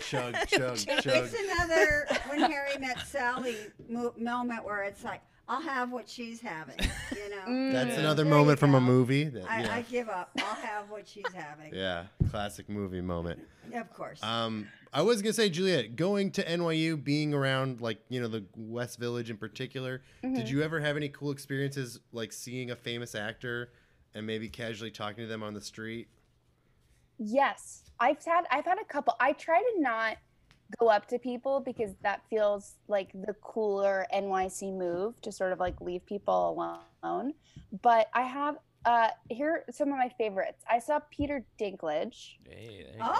Chug, chug, chug. It's another when Harry met Sally mo- moment where it's like, I'll have what she's having. You know, Mm. That's Yeah. another There moment you from a go. movie. That, I, yeah. I give up. I'll have what she's having. yeah, classic movie moment. Of course. Um, I was gonna say, Juliet, going to NYU, being around like you know the West Village in particular. Mm-hmm. Did Hmm. you ever have any cool experiences like seeing a famous actor and maybe casually talking to them on the street? Yes, I've had I've had a couple. I try to not go up to people because that feels like the cooler NYC move to sort of like leave people alone. But I have uh here are some of my favorites. I saw Peter Dinklage Hey, there you go.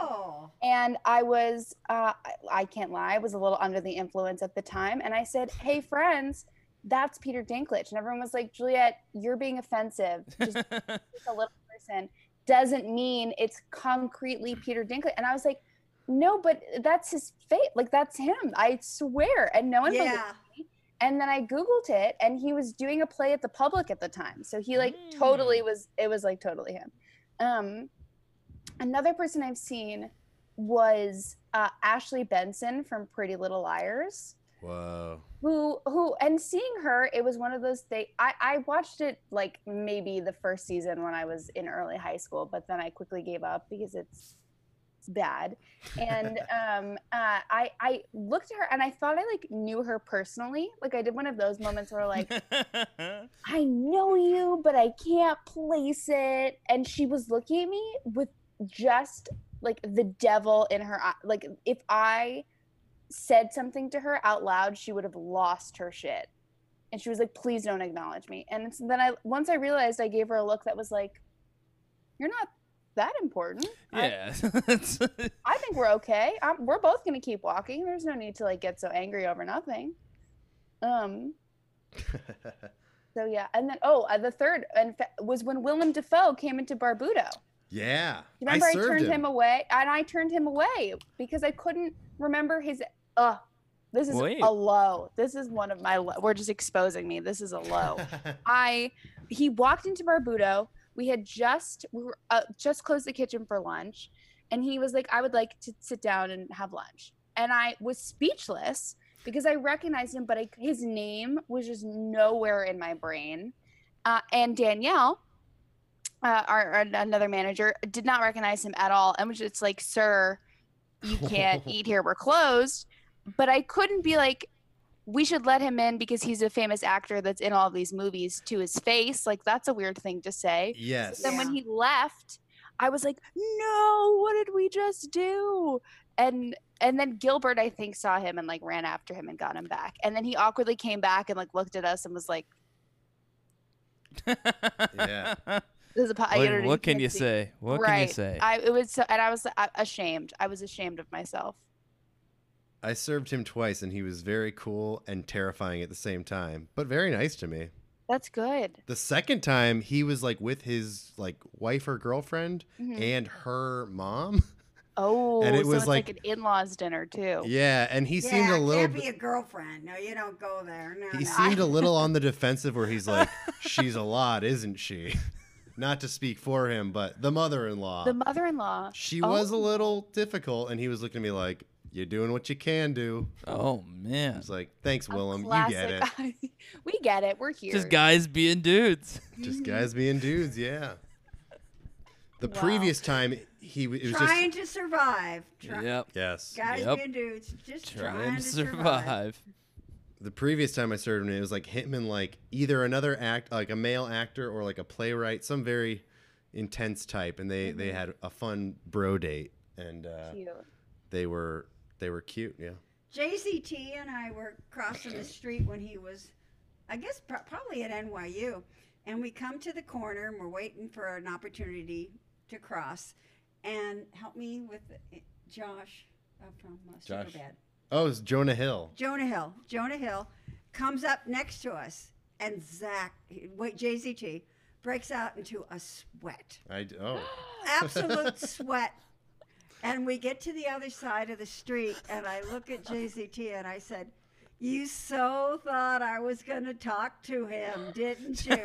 oh, and I was uh I, I can't lie, I was a little under the influence at the time and I said, "Hey friends, that's Peter Dinklage." And everyone was like, "Juliet, you're being offensive. Just just a little person doesn't mean it's concretely Peter Dinklage. And I was like, no, but that's his fate. Like that's him. I swear. And no one believed. yeah. And then I Googled it and he was doing a play at the public at the time. So he like totally was it was like totally him. Um another person I've seen was uh, Ashley Benson from Pretty Little Liars Whoa. who who and seeing her it was one of those things i i watched it like maybe the first season when i was in early high school but then i quickly gave up because it's it's bad and um uh i i looked at her and i thought i like knew her personally like i did one of those moments where like i know you but i can't place it and she was looking at me with just like the devil in her eye like if i said something to her out loud, she would have lost her shit. and she was like, "Please don't acknowledge me." And it's, then I once I realized I gave her a look that was like, "You're not that important. Yeah. It's- I think we're okay. i we're both gonna keep walking. There's no need to like get so angry over nothing." Um. So yeah, and then oh, uh, the third and fa- was when Willem Dafoe came into Barbudo. yeah. Remember, I, served turned him. away, and I turned him away because I couldn't remember his. Uh, this is Wait. a low. This is one of my. Low. We're just exposing me. This is a low. I he walked into Barbudo. We had just we were uh, just closed the kitchen for lunch, and he was like, "I would like to sit down and have lunch," and I was speechless because I recognized him, but I, his name was just nowhere in my brain. Uh, and Danielle, uh, our, our another manager, did not recognize him at all, and was just like, "Sir, you can't eat here. We're closed." But I couldn't be like, we should let him in because he's a famous actor that's in all these movies to his face. Like that's a weird thing to say. yes. Then when he left, I was like, "No, what did we just do?" And and then Gilbert I think saw him and like ran after him and got him back. And then he awkwardly came back and like looked at us and was like, Yeah. "This is a po- I Like, don't know, what can can't you see." say? What right. can you say? I it was so, and I was uh, ashamed. I was ashamed of myself. I served him twice, and he was very cool and terrifying at the same time, but very nice to me. That's good. The second time, he was like with his like wife or girlfriend Mhm. and her mom. Oh, it so was it's like, like- an in-laws dinner too. Yeah, and he yeah, seemed a little. can't bit. be a girlfriend. No, you don't go there. No, He no. seemed a little on the defensive where he's like, she's a lot, isn't she? Not to speak for him, but the mother in law. The mother-in-law. she was a Oh. little difficult, and he was looking at me like, you're doing what you can do. oh man. He's like, thanks, a Willem. You get it. classic- we get it. We're here. Just guys being dudes. Just guys being dudes, yeah. The Wow. previous time, he w- it was trying just. to survive. Try, Yep. Yes. Guys Yep. and dudes, just trying, Trying to survive. the previous time I served him, it was like him and like either another act, like a male actor or like a playwright, some very intense type, and they they had a fun bro date, and uh, Mm-hmm. Cute. they were they were cute, yeah. JCT and I were crossing the street when he was, I guess, pro- probably at NYU. And we come to the corner and we're waiting for an opportunity to cross. And help me with the- Josh uh, from uh, Josh. Superbad. Oh, it's Jonah Hill. Jonah Hill. Jonah Hill comes up next to us, and Zach, wait, JZT, breaks out into a sweat, I d- oh absolute sweat. And we get to the other side of the street, and I look at JZT and I said, you so thought I was going to talk to him, didn't you?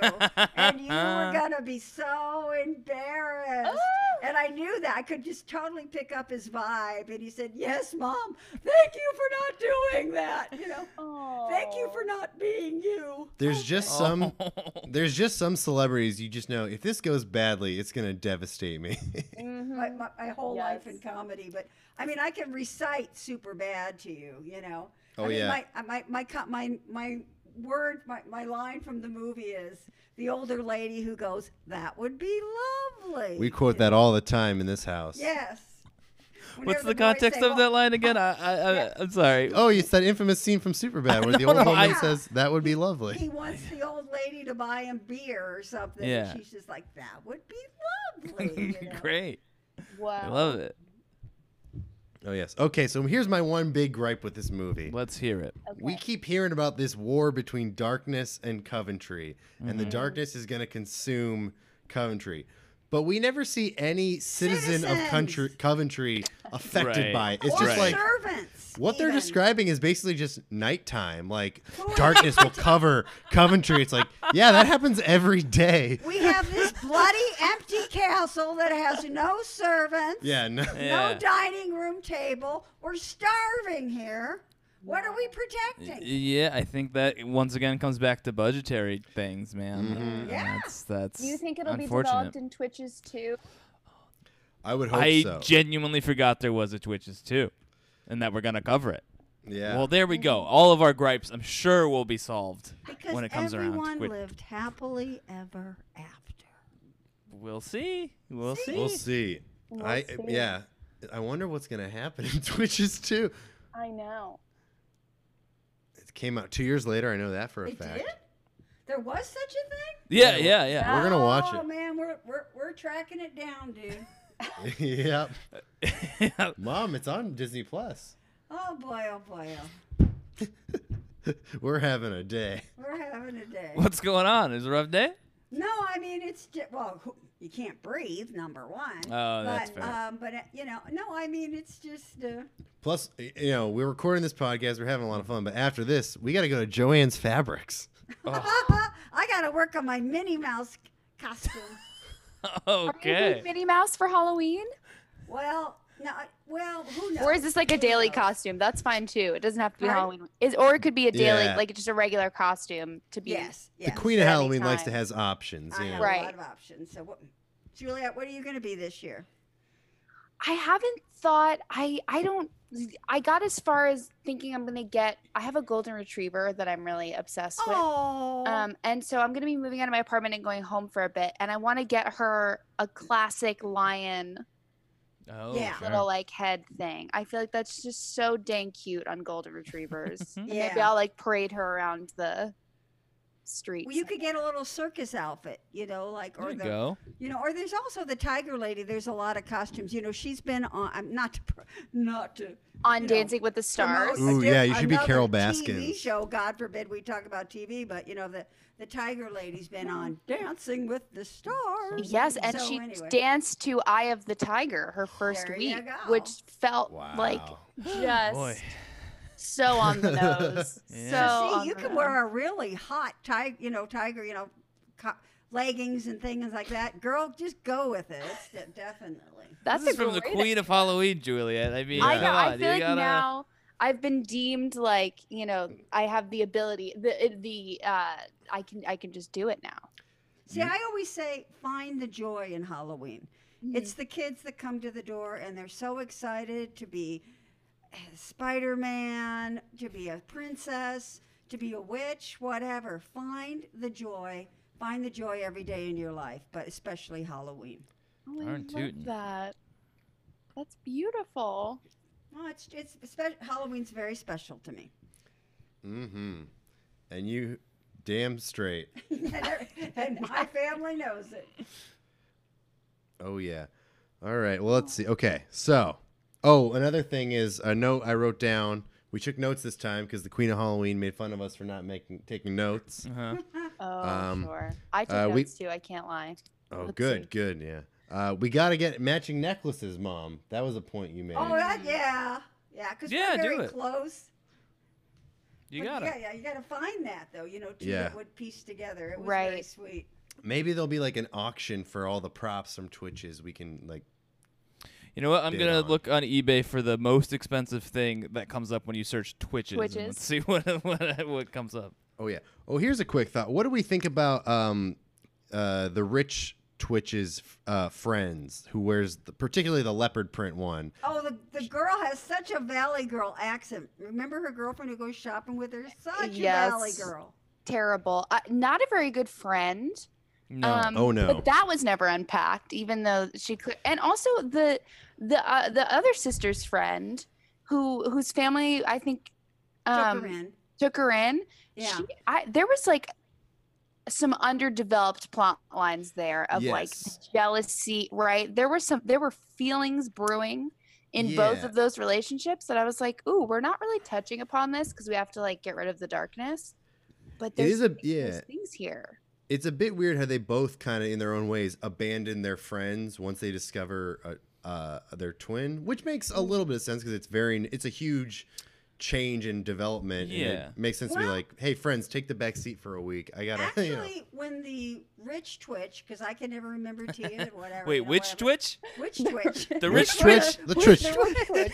And you were going to be so embarrassed. And I knew that. I could just totally pick up his vibe. And he said, Yes, mom, thank you for not doing that. You know, thank you for not being you. there's just Oh. some there's just some celebrities you just know if this goes badly, it's gonna devastate me. Mm-hmm. my, my, my whole life in Yes. comedy. But I mean, I can recite super bad to you, you know. Oh, I mean, yeah. My, I- my, my, co- my, my word, my, my line from the movie is the older lady who goes, that would be lovely. we quote that all the time in this house. Yes. What's Whenever the boys context say, "Oh, of "Well, that line again? I, I, I I'm sorry. Oh, it's that infamous scene from Superbad where the No, old no, woman I- says that would be He lovely. wants the old lady to buy him beer or something. Yeah. And she's just like, that would be lovely. you know? Great. Wow. I love it. Oh yes. Okay, so here's my one big gripe with this movie. Let's hear it. We keep hearing about this war between darkness and Coventry, and the Mm-hmm. darkness is going to consume Coventry. But we never see any citizen of country, Citizens! Coventry affected Right. by it. It's Or just like servants. what they're even. describing is basically just nighttime. Like Who are darkness will cover Coventry. It's like, yeah, that happens every day. We have this bloody empty castle that has no servants, Yeah, no, no Yeah. dining room table. We're starving here. What are we protecting? Yeah, I think that once again comes back to budgetary things, man. Mm-hmm. And Yeah. That's that's Do you think it'll be unfortunate. developed in Twitches too? I would hope I so. genuinely forgot there was a Twitches too, and that we're gonna cover it. yeah. Well, there we Mm-hmm. go. All of our gripes, I'm sure, will be solved Because when it comes everyone around. Quit- lived happily ever after. We'll see. We'll see. we'll see. I see. yeah. I wonder what's going to happen in Twitches too. I know. It's Came out two years later. I know that for a It fact. did? There was such a thing? Yeah, yeah, yeah. We're gonna watch Oh it. man, we're we're we're tracking it down, dude. yep. Mom, it's on Disney Plus. Oh boy, oh boy, oh. We're having a day. We're having a day. What's going on? Is it a rough day? No, I mean it's just well, who- you can't breathe. Number one. Oh, but, that's fair. Um, but uh, you know, no, I mean it's just. Uh, Plus, y- you know, we're recording this podcast. We're having a lot of fun. But after this, we got to go to Joanne's Fabrics. I gotta work on my Minnie Mouse costume. Okay. Minnie Mouse for Halloween? well, no, I- well, who knows? Or is this like a daily knows? costume? That's fine too. It doesn't have to be Pardon? Halloween. Is or it could be a daily, Yeah. like just a regular costume to be. Yes, The yes. Queen of Every Halloween likes to time. has options. I you have know. a Right. lot of options. So, what, Juliet, what are you gonna be this year? I haven't thought. I I don't. I got as far as thinking I'm gonna get. I have a golden retriever that I'm really obsessed with. Oh, Um, and so I'm gonna be moving out of my apartment and going home for a bit, and I want to get her a classic lion Oh, Yeah. sure. little like head thing. I feel like that's just so dang cute on golden retrievers. And Maybe Yeah. I'll like parade her around the streets. well, you could get a little circus outfit, you know, like There or you the go. You know, or there's also the Tiger Lady. There's a lot of costumes. You know, she's been on. I'm not to, pr- not to on you know, Dancing with the Stars. promote a Ooh, diff- yeah, you should be another Carol TV Baskin. show. God forbid we talk about TV, but you know the the Tiger Lady's been on Dancing with the Stars. Yes, and So she anyway. danced to Eye of the Tiger her first There you week, go. which felt like Wow. just Boy. so on the nose. Yeah. So on See, you the can nose. wear a really hot tiger, you know, tiger, you know, co- leggings and things like that. Girl, just go with it. It's de- definitely. That's this a is from the great Queen of Halloween, Juliet. I mean, I come know. on, I feel you like gotta- now I've been deemed like you know I have the ability the it- the uh I can I can just do it now. See, I always say find the joy in Halloween. It's the kids that come to the door and they're so excited to be Spider Man, to be a princess, to be a witch, whatever. Find the joy. Find the joy every day in your life, but especially Halloween. Oh, I Darn love tootin'. that. That's beautiful. Well, it's it's spe- Halloween's very special to me. Mm-hmm. And you, damn straight. and my family knows it. Oh yeah. All right. Well, let's see. Okay. So, oh, another thing is a note I wrote down. We took notes this time because the Queen of Halloween made fun of us for not making taking notes. Uh-huh. Oh Um, sure. I took uh, we- notes too. I can't lie. Oh, Let's good, see. good, yeah. Uh, we got to get matching necklaces, mom. That was a point you made. Oh, that, yeah. Yeah, because Yeah, do we're very it. close. You But got yeah, it. yeah, you gotta find that though. You know, two Yeah. that would piece together. It was very Right. sweet. Maybe there'll be like an auction for all the props from Twitches. We can like, You know what? I'm Bid gonna on. look on eBay for the most expensive thing that comes up when you search Twitches. and Twitches. let's see what what what comes up. oh yeah. Oh, here's a quick thought. What do we think about um, uh, the rich Twitches uh, friends who wears the, particularly the leopard print one? Oh, the, the girl has such a Valley Girl accent. Remember her girlfriend who goes shopping with her? Such a Valley Yes. Girl. Terrible. Uh, not a very good friend. um, No. Oh, no. Mm. But that was never unpacked, even though she could. And also the the uh, the other sister's friend, who whose family I think um, Took her in. took her in. Yeah. She, I, there was like some underdeveloped plot lines there of like Yes. jealousy, right? There were some there were feelings brewing in both Yeah. of those relationships that I was like, ooh, we're not really touching upon this because we have to like get rid of the darkness. But It there's, is a- things- there's yeah. things here. It's a bit weird how they both kind of, in their own ways, abandon their friends once they discover uh, uh, their twin, which makes a little bit of sense because it's very, it's a huge change in development. and Yeah. it makes sense to be Well- like, hey, friends, take the back seat for a week. I gotta. Actually, you know. when the rich Twitch, because I can never remember Tia, whatever. Wait, you know, which whatever. Twitch? Which Twitch? The Which rich Twitch? Twitch? The Twitch. Twitch?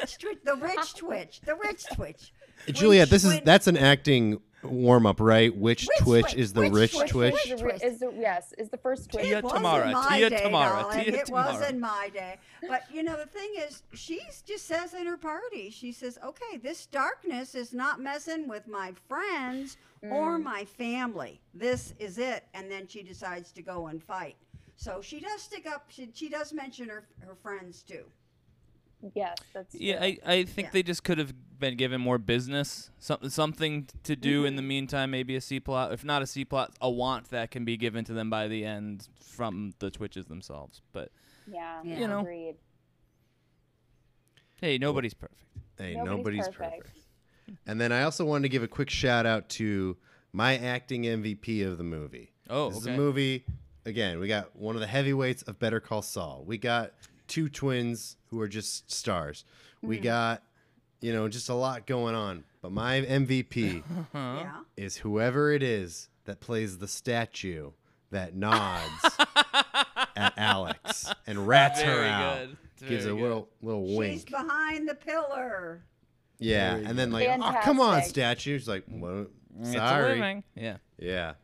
Which Twitch? The rich Twitch. The rich Twitch. When Juliet, this is Twin- that's an acting warm up, right? Which Which Twitch Twitch? is the Which rich Twitch? Twitch? Which- Twitch. is yes, is the first Twitch. Tia it was in Tamara, my Tia day, Tamara, darling. Tia it was Tamara. in my day. But you know, the thing is, she just says in her party, she says, "Okay, this darkness is not messing with my friends or Mm. my family. This is it." And then she decides to go and fight. So she does stick up. She, she does mention her her friends too. Yes, that's Yeah, true. I, I think Yeah. they just could have been given more business, something something to do in the meantime. Maybe a C plot, if not a C plot, a want that can be given to them by the end from the Twitches themselves. But yeah, You know. agreed. hey, nobody's perfect. Hey, Nobody's nobody's, perfect. perfect. And then I also wanted to give a quick shout out to my acting MVP of the movie. Oh, this okay. is a movie. Again, we got one of the heavyweights of Better Call Saul. We got two twins who are just stars. We got, you know, just a lot going on. But my MVP Uh-huh. Yeah. is whoever it is that plays the statue that nods at Alex and rats her Very out. good. Gives Very a good. little little She's wink. behind the pillar. Yeah, and then like, oh, come on, Fantastic. statue. She's like, well, It's a sorry. living. Yeah. Yeah,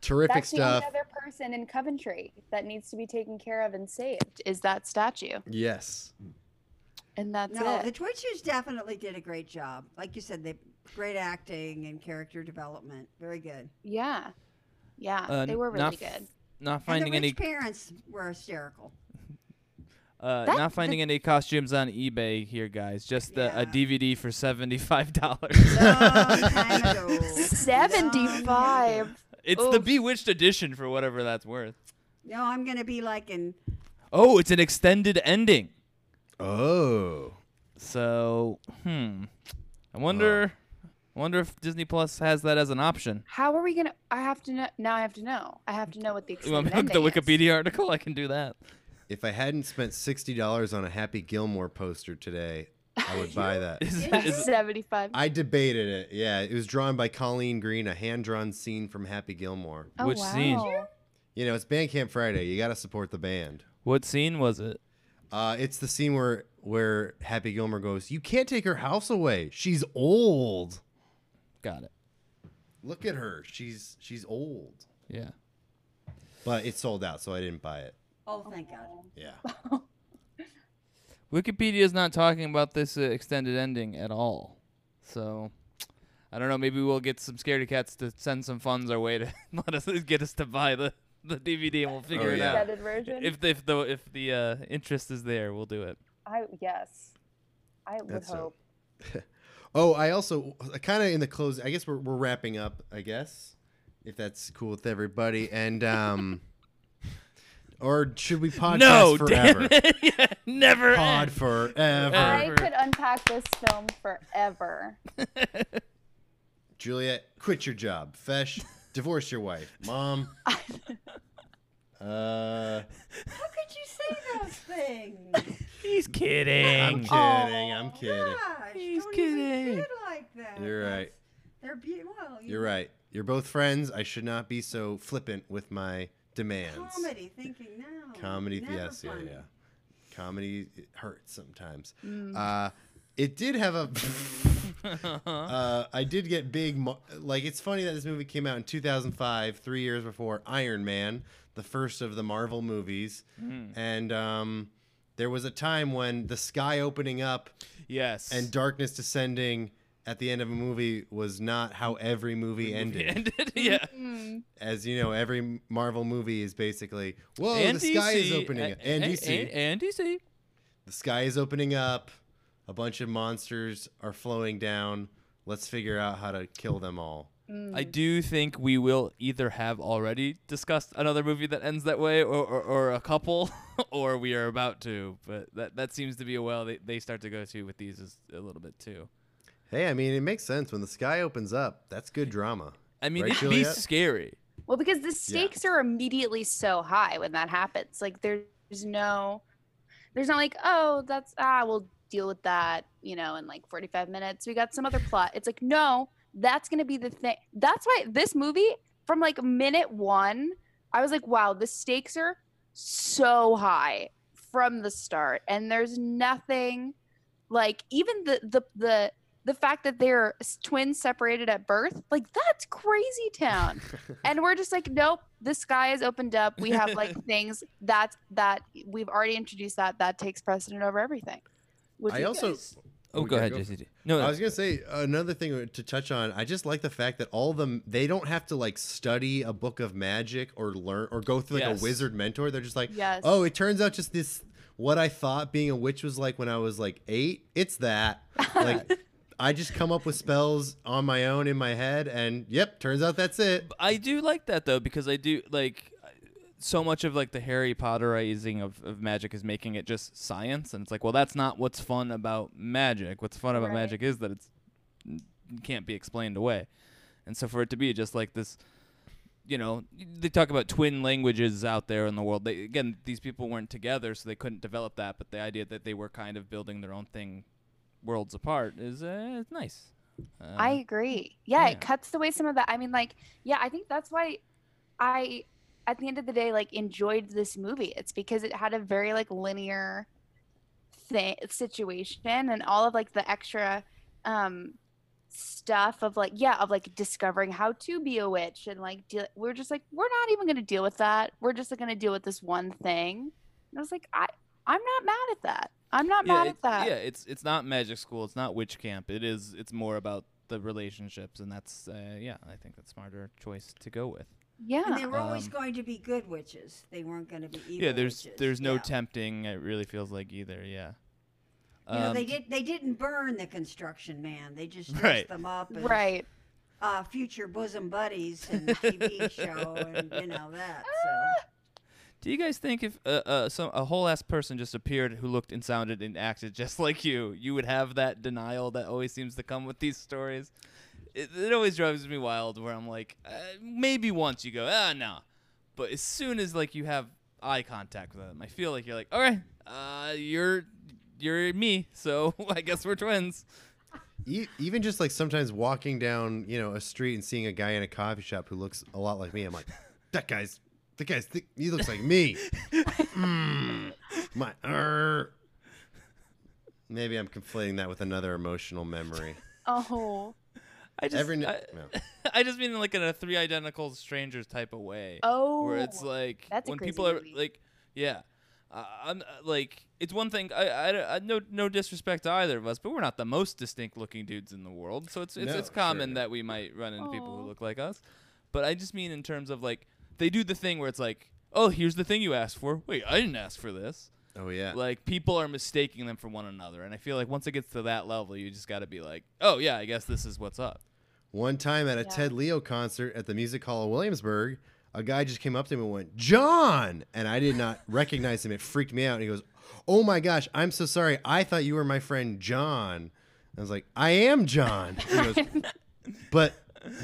terrific That's the stuff. only other person in Coventry that needs to be taken care of and saved is that statue, yes, and that's no, it. the Twitchers definitely did a great job. Like you said, they great acting and character development. Very good. yeah, yeah, Uh, they were really not f- good. Not And the finding rich any parents were hysterical. Uh, That- not finding any costumes on eBay here, guys. Just uh, a Yeah. DVD for seventy-five dollars. Long Oh, time ago. Long time ago. Seventy-five. it's the Oof. Bewitched edition for whatever that's worth. No, I'm gonna be like in Oh, it's an extended ending. Oh, So, hmm. I wonder. I wonder if Disney Plus has that as an option. How are we gonna? I have to know. Now I have to know. I have to know what the You want me extended to look at the ending is. Wikipedia article? I can do that. if I hadn't spent sixty dollars on a Happy Gilmore poster today, I would buy that. Is- Yeah. is- Seventy-five. I debated it. Yeah, it was drawn by Colleen Green, a hand-drawn scene from Happy Gilmore. oh, Which wow. scene? You know, it's Bandcamp Friday. You got to support the band. what scene was it? Uh, it's the scene where where Happy Gilmore goes, "You can't take her house away. She's old. Got it. Look at her. She's she's old." Yeah. But it sold out, so I didn't buy it. Oh thank God. Yeah. Wikipedia is not talking about this uh, extended ending at all. So, I don't know. Maybe we'll get some scaredy cats to send some funds our way to let us get us to buy the, the DVD, and we'll figure Oh, it yeah. out. Extended version. If the if the if the uh, interest is there, we'll do it. I yes, I would That's a- hope. Oh, I also kind of in the close. I guess we're we're wrapping up. I guess if that's cool with everybody, and um, or should we podcast no, forever? damn it, Yeah, never. Pod end. forever. Uh, I Forever. could unpack this film forever. Juliet, quit your job. Fesh, divorce your wife. Mom. uh, How could you say those things? He's I'm kidding. kidding. I'm kidding. Gosh, He's don't kidding. Even kid like that. You're right. That's- They're beautiful. You're right. You're both friends. I should not be so flippant with my demands. Comedy thinking now. Comedy, Never yes, yeah, funny. yeah. Comedy it hurts sometimes. Uh, it did have a. uh, I did get big. Mo- like it's funny that this movie came out in 2005, three years before Iron Man, the first of the Marvel movies, and um, there was a time when the sky opening up yes. and darkness descending at the end of a movie was not how every movie ended ended. Yeah. Hmm. as you know, every Marvel movie is basically, whoa, and Oh, the sky is DC, opening up. a- uh, And a- DC. And, and DC. the sky is opening up. A bunch of monsters are flowing down. Let's figure out how to kill them all. I do think we will either have already discussed another movie that ends that way, or, or, or a couple, or we are about to. But that that seems to be a well they, they start to go to with these is a little bit too. Hey, I mean, it makes sense. When the sky opens up, that's good drama. I mean, Right, it'd be Juliet? scary. Well, because the stakes are immediately so high when that happens. Like there's no, there's not like oh that's ah we'll deal with that you know in like 45 minutes we got some other plot. It's like no that's gonna be the thing. That's why this movie from like minute one I was like wow the stakes are so high from the start and there's nothing like even the the the the fact that they're s- twins separated at birth like that's crazy town and we're just like nope the sky has opened up we have like things that that we've already introduced that that takes precedent over everything Would I you also. guys- Oh, we go gotta ahead, go JCD. No, I was gonna say another thing to touch on. I just like the fact that all of them they don't have to like study a book of magic or learn or go through like Yes. a wizard mentor. They're just like, Yes. oh, it turns out just this what I thought being a witch was like when I was like eight. It's that. Like I just come up with spells on my own in my head, and yep, turns out that's it. I do like that though because I do like so much of like the Harry Potterizing of, of magic is making it just science, and it's like, well, that's not what's fun about magic. What's fun about Right. magic is that it's can't be explained away, and so for it to be just like this, you know, they talk about twin languages out there in the world. They again, these people weren't together, so they couldn't develop that. But the idea that they were kind of building their own thing, worlds apart, is uh, it's nice. Uh, I agree. Yeah, yeah. it cuts away some of that. I mean, like, yeah, I think that's why I, at the end of the day, like enjoyed this movie. It's because it had a very like linear thing situation and all of like the extra um stuff of like yeah of like discovering how to be a witch and like deal- we're just like we're not even going to deal with that we're just going to deal with this one thing and i was like i i'm not mad at that i'm not mad it- at that Yeah, it's it's not magic school. It's not witch camp. It is. It's more about the relationships, and that's uh, yeah. I think that's smarter choice to go with. yeah And they were always Um, going to be good witches. They weren't going to be evil. yeah, there's witches. there's no Yeah. tempting. It really feels like either. Yeah. You know, they Um, did. They didn't burn the construction man. They just dressed Right. them up as right uh, future bosom buddies and TV show and you know that. So Do you guys think if uh, uh, some a whole ass person just appeared who looked and sounded and acted just like you, you would have that denial that always seems to come with these stories? It, it always drives me wild where I'm like, uh, maybe once you go, ah, no. But as soon as like you have eye contact with them, I feel like you're like, all right, uh, you're you're me, so I guess we're twins. E- even just like sometimes walking down, you know, a street and seeing a guy in a coffee shop who looks a lot like me, I'm like, that guy's, that guy's, th- he looks like me. Mm, my, er. maybe I'm conflating that with another emotional memory. oh I just uh, Every, I, no. I just mean like in a three identical strangers type of way. Oh, where it's like that's a when crazy people are movie. like, yeah, uh, I'm uh, like, it's one thing. I, I, I- no, no disrespect to either of us, but we're not the most distinct looking dudes in the world, so it's it's, No, it's common sure. that we might run into people who Aw. look like us. But I just mean in terms of like they do the thing where it's like, oh, here's the thing you asked for. Wait, I didn't ask for this. Oh yeah. Like people are mistaking them for one another, and I feel like once it gets to that level, you just got to be like, oh yeah, I guess this is what's up. One time at a Yeah. Ted Leo concert at the Music Hall in Williamsburg, a guy just came up to me and went, John! And I did not recognize him. It freaked me out. And he goes, Oh my gosh, I'm so sorry. I thought you were my friend John. I was like, I am John. And he goes, But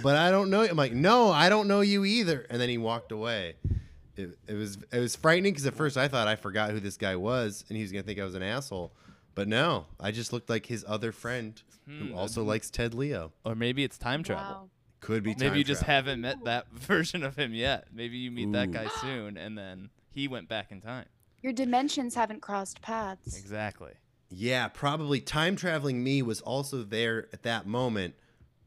but I don't know. you." I'm like, no, I don't know you either. And then he walked away. It, it was it was frightening because at first I thought I forgot who this guy was and he was gonna think I was an asshole. But no, I just looked like his other friend who also likes Ted Leo. Or maybe it's time travel. wow. Could be Maybe time you just travel. haven't met that version of him yet. Maybe you meet that Ooh. guy soon, and then he went back in time. Your dimensions haven't crossed paths. Exactly. Yeah, probably time traveling me was also there at that moment,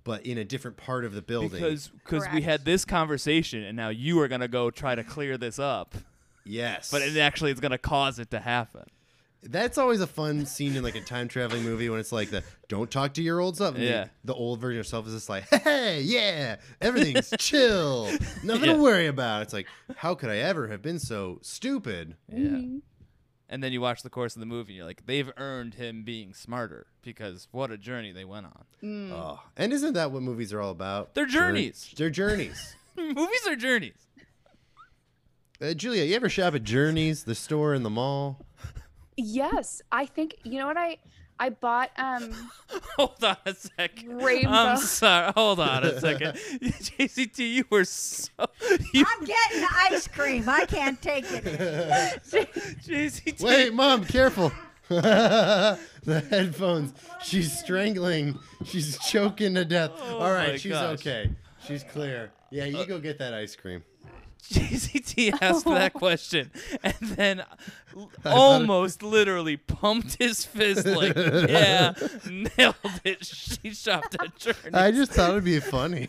but in a different part of the building. Because because we Correct. had this conversation, and now you are gonna go try to clear this up, yes, but it actually is gonna cause it to happen. that's always a fun scene in like a time traveling movie when it's like the "Don't talk to your old self." and the- Yeah. the, old version of self is just like, "Hey, yeah, everything's chill, nothing Yeah. to worry about." It's like, how could I ever have been so stupid? Yeah. Mm-hmm. And then you watch the course of the movie, and you're like, they've earned him being smarter because what a journey they went on. Oh, and isn't that what movies are all about? Hmm. They're Jour- journeys. They're journeys. Movies are journeys. uh, Julia, you ever shop at Journeys, the store in the mall? Yes, I think you know what I I bought um Hold on a second. Rainbow. I'm sorry. Hold on a second. JCT, you were so you I'm getting ice cream. I can't take it. JCT. Wait, mom, careful. the headphones. She's strangling. She's choking to death. All Oh my right, she's gosh. okay. She's clear. Yeah, you go get that ice cream. JCT asked that question and then l- it- almost literally pumped his fist like, yeah, nailed it. She shopped at Journey. I just thought it'd be funny.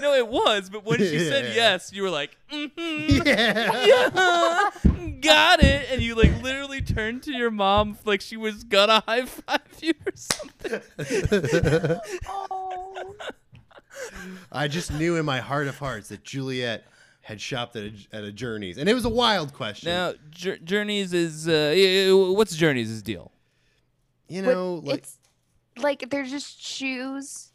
no, it was, but when she said Yeah. yes, you were like, mm-hmm, Yeah. yeah, got it. And you like literally turned to your mom like she was gonna high five you or something. oh Oh, I just knew in my heart of hearts that Juliet had shopped at a, at a Journeys, and it was a wild question. Now, Jour- Journeys is uh, y- y- what's Journeys' deal? you But know, like it's like they're just shoes.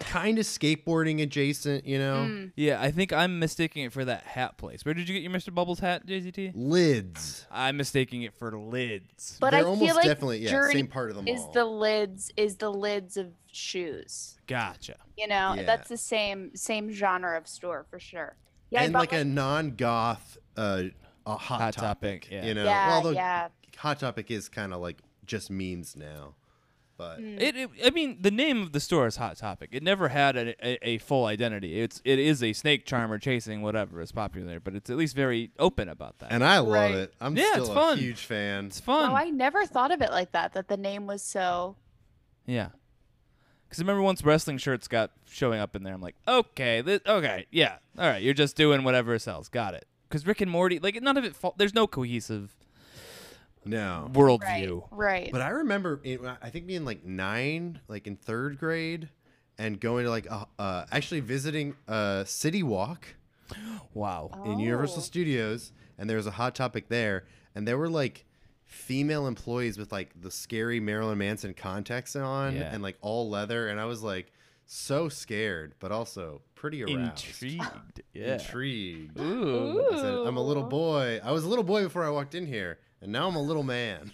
kind of skateboarding adjacent. You know, Yeah, I think I'm mistaking it for that hat place. Where did you get your Mr. Bubbles hat, JZT? lids. I'm mistaking it for lids. But They're I almost feel like definitely- yeah, Journey same part of the is mall. the lids is the lids of shoes. Gotcha. You know, Yeah. that's the same same genre of store for sure. Yeah, I and bought like my- a non-goth, uh, a hot, Hot topic. Topic, yeah. You know, Yeah, although yeah. hot topic is kind of like just means now, but Mm. It, it. I mean, the name of the store is Hot Topic. It never had a, a, a full identity. It's it is a snake charmer chasing whatever is popular, but it's at least very open about that. and I love Right. it. I'm Yeah, still it's a fun. huge fan. it's fun. Oh, I never thought of it like that. That the name was so. Yeah. Because remember once wrestling shirts got showing up in there, I'm like, okay, this, okay, yeah, all right, you're just doing whatever sells. Got it. Because Rick and Morty, like, none of it. Fa- there's no cohesive No, Right. worldview. Right. But I remember, it, I think being like nine, like in third grade, and going to like uh, uh, actually visiting uh, City Walk Wow. in Oh. Universal Studios, and there was a hot topic there, and there were like female employees with like the scary Marilyn Manson contacts on Yeah. and like all leather, and I was like so scared, but also pretty aroused, Intrigued. Yeah. intrigued. Ooh. I said, I'm a little boy. I was a little boy before I walked in here, and now I'm a little man.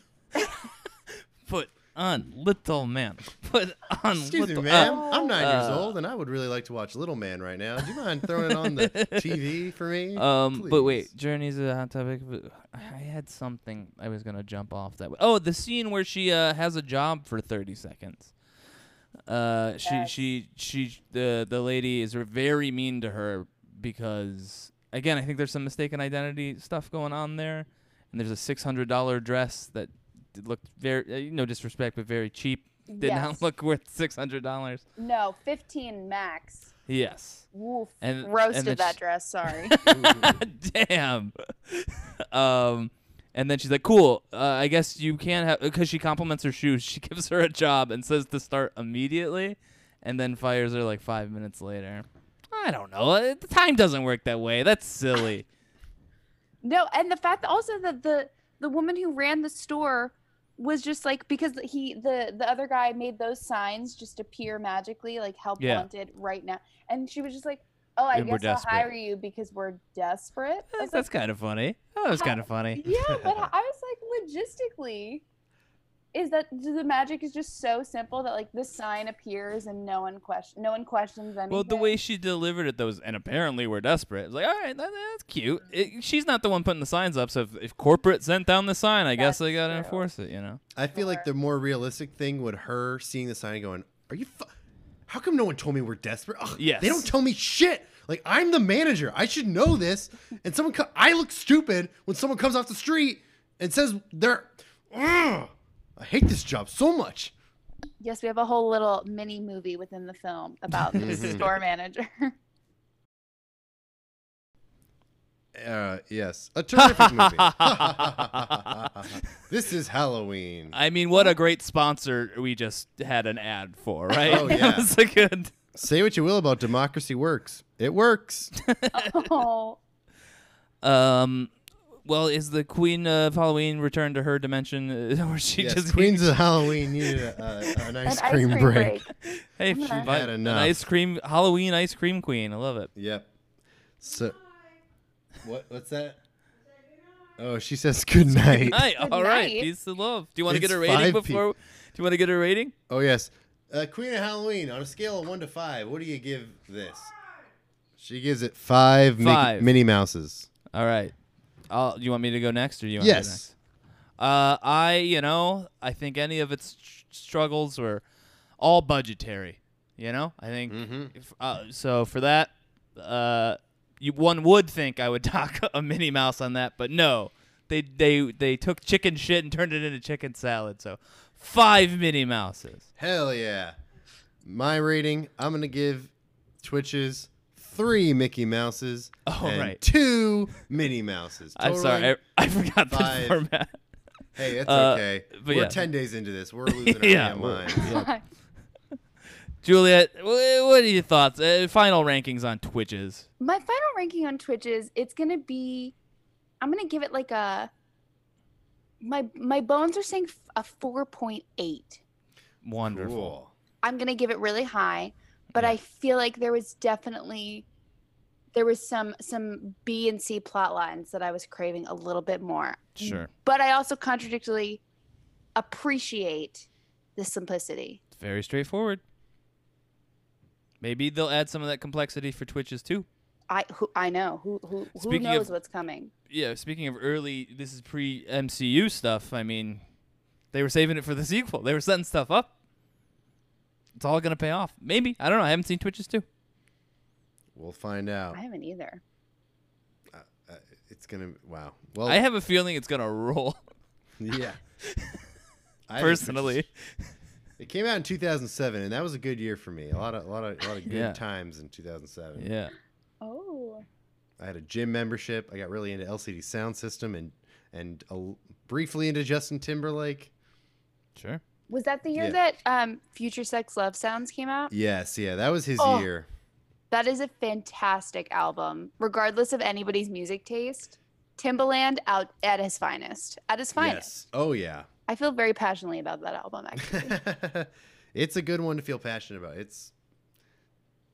Put on little man. Put on Excuse me, little ma'am. uh, I'm nine years uh, old, and I would really like to watch Little Man right now. Do you mind throwing it on the TV for me? um, but wait, please? Journey's a hot topic. but I had something I was gonna jump off that. Oh, the scene where she uh, has a job for thirty seconds. Uh, she she she the the lady is very mean to her because again I think there's some mistaken identity stuff going on there, and there's a six hundred dollar dress that d- looked very uh, no disrespect but very cheap. Did not Yes. look worth six hundred dollars. no, fifteen max. Yes. Woof. And- and Roasted then that she- dress. Sorry. Damn. um, and then she's like, "Cool. Uh, I guess you can't have because she compliments her shoes. She gives her a job and says to start immediately, and then fires her like five minutes later. I don't know. Uh, The time doesn't work that way. That's silly. no, and the fact that also that the the woman who ran the store was just like because he the the other guy made those signs just appear magically like help Yeah. wanted right now, and she was just like, oh, I And we're guess I'll desperate. hire you because we're desperate. I was That's kind of funny. That was How- kind of funny. yeah, but I was like, logistically, is that the magic is just so simple that like this sign appears and no one question, no one questions anything. Well, the way she delivered it, though, was, and apparently we're desperate. It was like, all right, that, that's cute. It, she's not the one putting the signs up, so if, if corporate sent down the sign, I guess they That's gotta true. enforce it. You know. I feel like the more realistic thing would her seeing the sign and going, "Are you? Fu- How come no one told me we're desperate? Ugh, Yes. they don't tell me shit. Like I'm the manager. I should know this. And someone, co- I look stupid when someone comes off the street and says they're. Ugh, I hate this job so much. yes, we have a whole little mini movie within the film about this Mm-hmm. store manager. Uh, yes, a terrific movie. this is Halloween. I mean, what a great sponsor we just had an ad for, right? Oh, yeah. that was a good. Say what you will about democracy works. It works. oh, Um, well, is the Queen of Halloween returned to her dimension, uh, or she yes, just Queens of Halloween needed a, a, an an ice cream, break. hey, she Had invite- an enough. ice cream Halloween ice cream queen? I love it. Yep. So, what? What's that? Oh, she says good night. Hi, all right, night. peace and love. Do you want to It's get a five rating peop- before? Do you want to get a rating? Oh yes, uh, Queen of Halloween. On a scale of one to five, what do you give this? She gives it five, Mickey- Five. Minnie Mouses. All right. I'll, do you want me to go next, or do you want to go next? Yes. Uh, I, you know, I think any of its tr- struggles were all budgetary. You know, I think Mm-hmm. if- uh, so. For that, uh, you, one would think I would talk a Minnie Mouse on that, but no, they they they took chicken shit and turned it into chicken salad. So five Minnie Mouses. Hell yeah. My rating. I'm gonna give Twitches three Mickey Mouses Oh, and right. two Minnie Mouses. I'm sorry, I, I forgot five. the format. Hey, it's Uh, okay. but We're yeah. ten days into this. We're losing our Yeah, damn we're- mind. yeah. Juliet, wh- what are your thoughts? Uh, final rankings on Twitches. My final ranking on Twitch is it's gonna be I'm gonna give it like a my my bones are saying f- a four point eight. Wonderful. Cool. I'm gonna give it really high, but Yeah. I feel like there was definitely there was some some B and C plot lines that I was craving a little bit more. Sure. But I also contradictorily appreciate the simplicity. It's very straightforward. Maybe they'll add some of that complexity for Twitches too. I who I know who who who Speaking of- knows what's coming. Yeah, speaking of early, this is pre MCU stuff. I mean, they were saving it for the sequel. They were setting stuff up. It's all going to pay off. Maybe. I don't know. I haven't seen Twitches too. We'll find out. I haven't either. Uh, it's gonna wow. Well, I have a feeling it's going to roll yeah. I haven't personally. It came out in 2007, and that was a good year for me. A lot of, a lot of, a lot of good Yeah. times in 2007. Yeah. Oh. I had a gym membership. I got really into LCD sound system, and and a l briefly into Justin Timberlake. Sure. Was that the Yeah. year that um, Future Sex Love Sounds came out? Yes, yeah, that was his Oh. year. That is a fantastic album, regardless of anybody's music taste. Timbaland out at his finest. At his finest. Yes. Oh yeah. I feel very passionately about that album, actually. it's a good one to feel passionate about. It's Is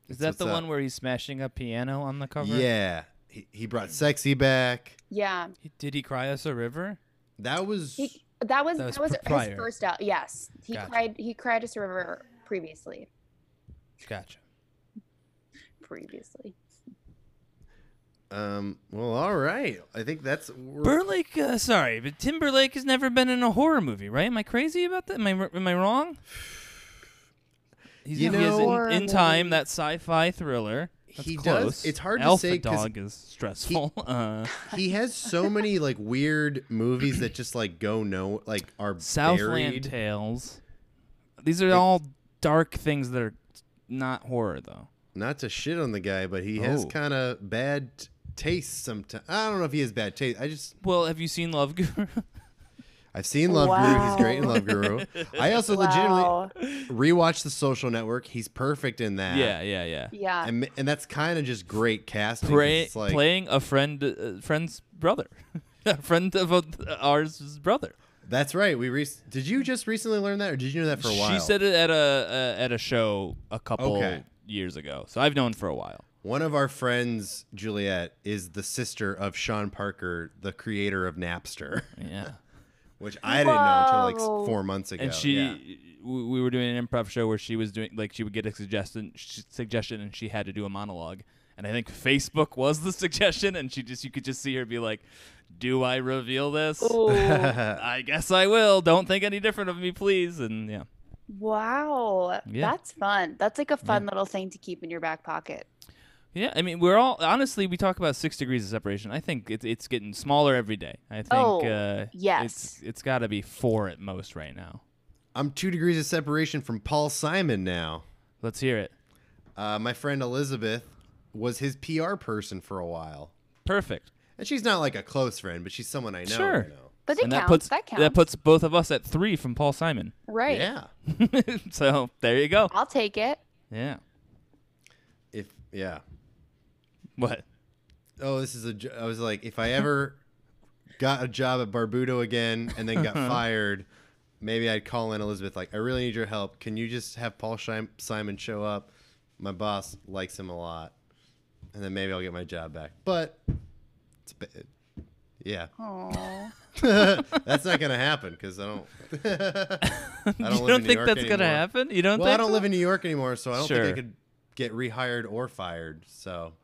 It's that what's the up. one where he's smashing a piano on the cover? yeah. He, he brought sexy back. yeah. He- Did he cry us a river? That was He, that was That that was was, prior. his first album. Yes. He Gotcha. cried he cried us a river previously. Gotcha. Previously. um. Well, all right. I think that's we're- Burlake, uh, sorry, but Timberlake has never been in a horror movie, right? Am I crazy about that? Am I r- am I wrong? He's You he is know- in, in time that sci-fi thriller. That's He close. does- it's hard to Alpha say 'cause Dog is stressful. uh, he has so many like weird movies that just like go no like are Southland buried. Tales. These are all dark things that are not horror though. Not to shit on the guy, but he has Oh. kind of bad t- taste sometimes. I don't know if he has bad taste. I just Well, have you seen Love Guru? I've seen Love Guru. He's great in Love Guru. I also Wow. legitimately rewatched The Social Network. He's perfect in that. yeah, yeah, yeah. Yeah. And, and that's kind of just great casting. 'cause Play, it's like, playing a friend, uh, friend's brother, a friend of uh, ours' brother. That's right. We re- did you just recently learn that, or did you know that for a while? She said it at a uh, at a show a couple Okay. years ago, so I've known for a while. one of our friends, Juliet, is the sister of Sean Parker, the creator of Napster, Yeah, which I didn't know until like Whoa. s- four months ago. and she Yeah. we, we were doing an improv show where she was doing like she would get a suggestion sh- suggestion and she had to do a monologue, and I think Facebook was the suggestion, and she just you could just see her be like, "Do I reveal this? Uh, Ooh. I guess I will. Don't think any different of me, please." And yeah, wow. Yeah. That's fun. That's like a fun little thing to keep in your back pocket. yeah. I mean, we're all honestly we talk about six degrees of separation. I think it's it's getting smaller every day. I think Oh, uh, it's yes. it's got to be four at most right now. I'm two degrees of separation from Paul Simon now. Let's hear it. Uh, my friend Elizabeth was his PR person for a while, Perfect. and she's not like a close friend, but she's someone I know. Sure. You know. But it and counts. that puts that counts. puts both of us at three from Paul Simon. right. Yeah. so there you go. I'll take it. Yeah. If yeah. What? Oh, this is a. jo- I was like, if I ever got a job at Barbudo again and then got Uh-huh. fired, maybe I'd call in Elizabeth. Like, I really need your help. Can you just have Paul Shim- Simon show up? My boss likes him a lot, and then maybe I'll get my job back. But it's a bit, yeah. Aw. That's not gonna happen because I don't. I you don't live in don't New think York that's gonna anymore. happen? You don't Well, think? I don't live in New York anymore, so I don't think Sure. I could get rehired or fired. So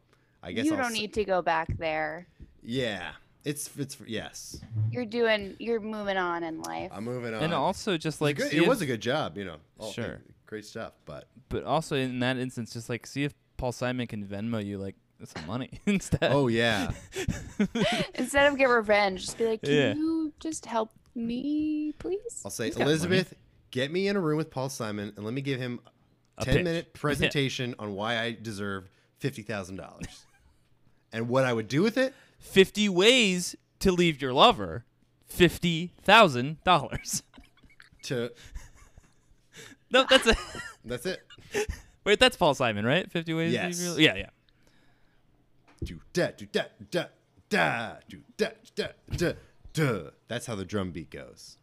I guess you I'll don't s- need to go back there. Yeah, it's it's yes. You're doing. You're moving on in life. I'm moving on. and also just like Good- see it if- was a good job, you know. Sure. great stuff. But but also in that instance, just like see if Paul Simon can Venmo you like some money instead. oh yeah, Instead of get revenge, just be like, can Yeah. you just help me, please? I'll say got money. Elizabeth, get me in a room with Paul Simon and let me give him a A ten pitch. minute presentation on why I deserve fifty thousand dollars and what I would do with it. Fifty ways to leave your lover. Fifty thousand dollars. to No, that's it. That's it. Wait, that's Paul Simon, right? Fifty Ways. to Be Yes. Real- Yeah, yeah. Do da do da da da do da da da da. That's how the drum beat goes.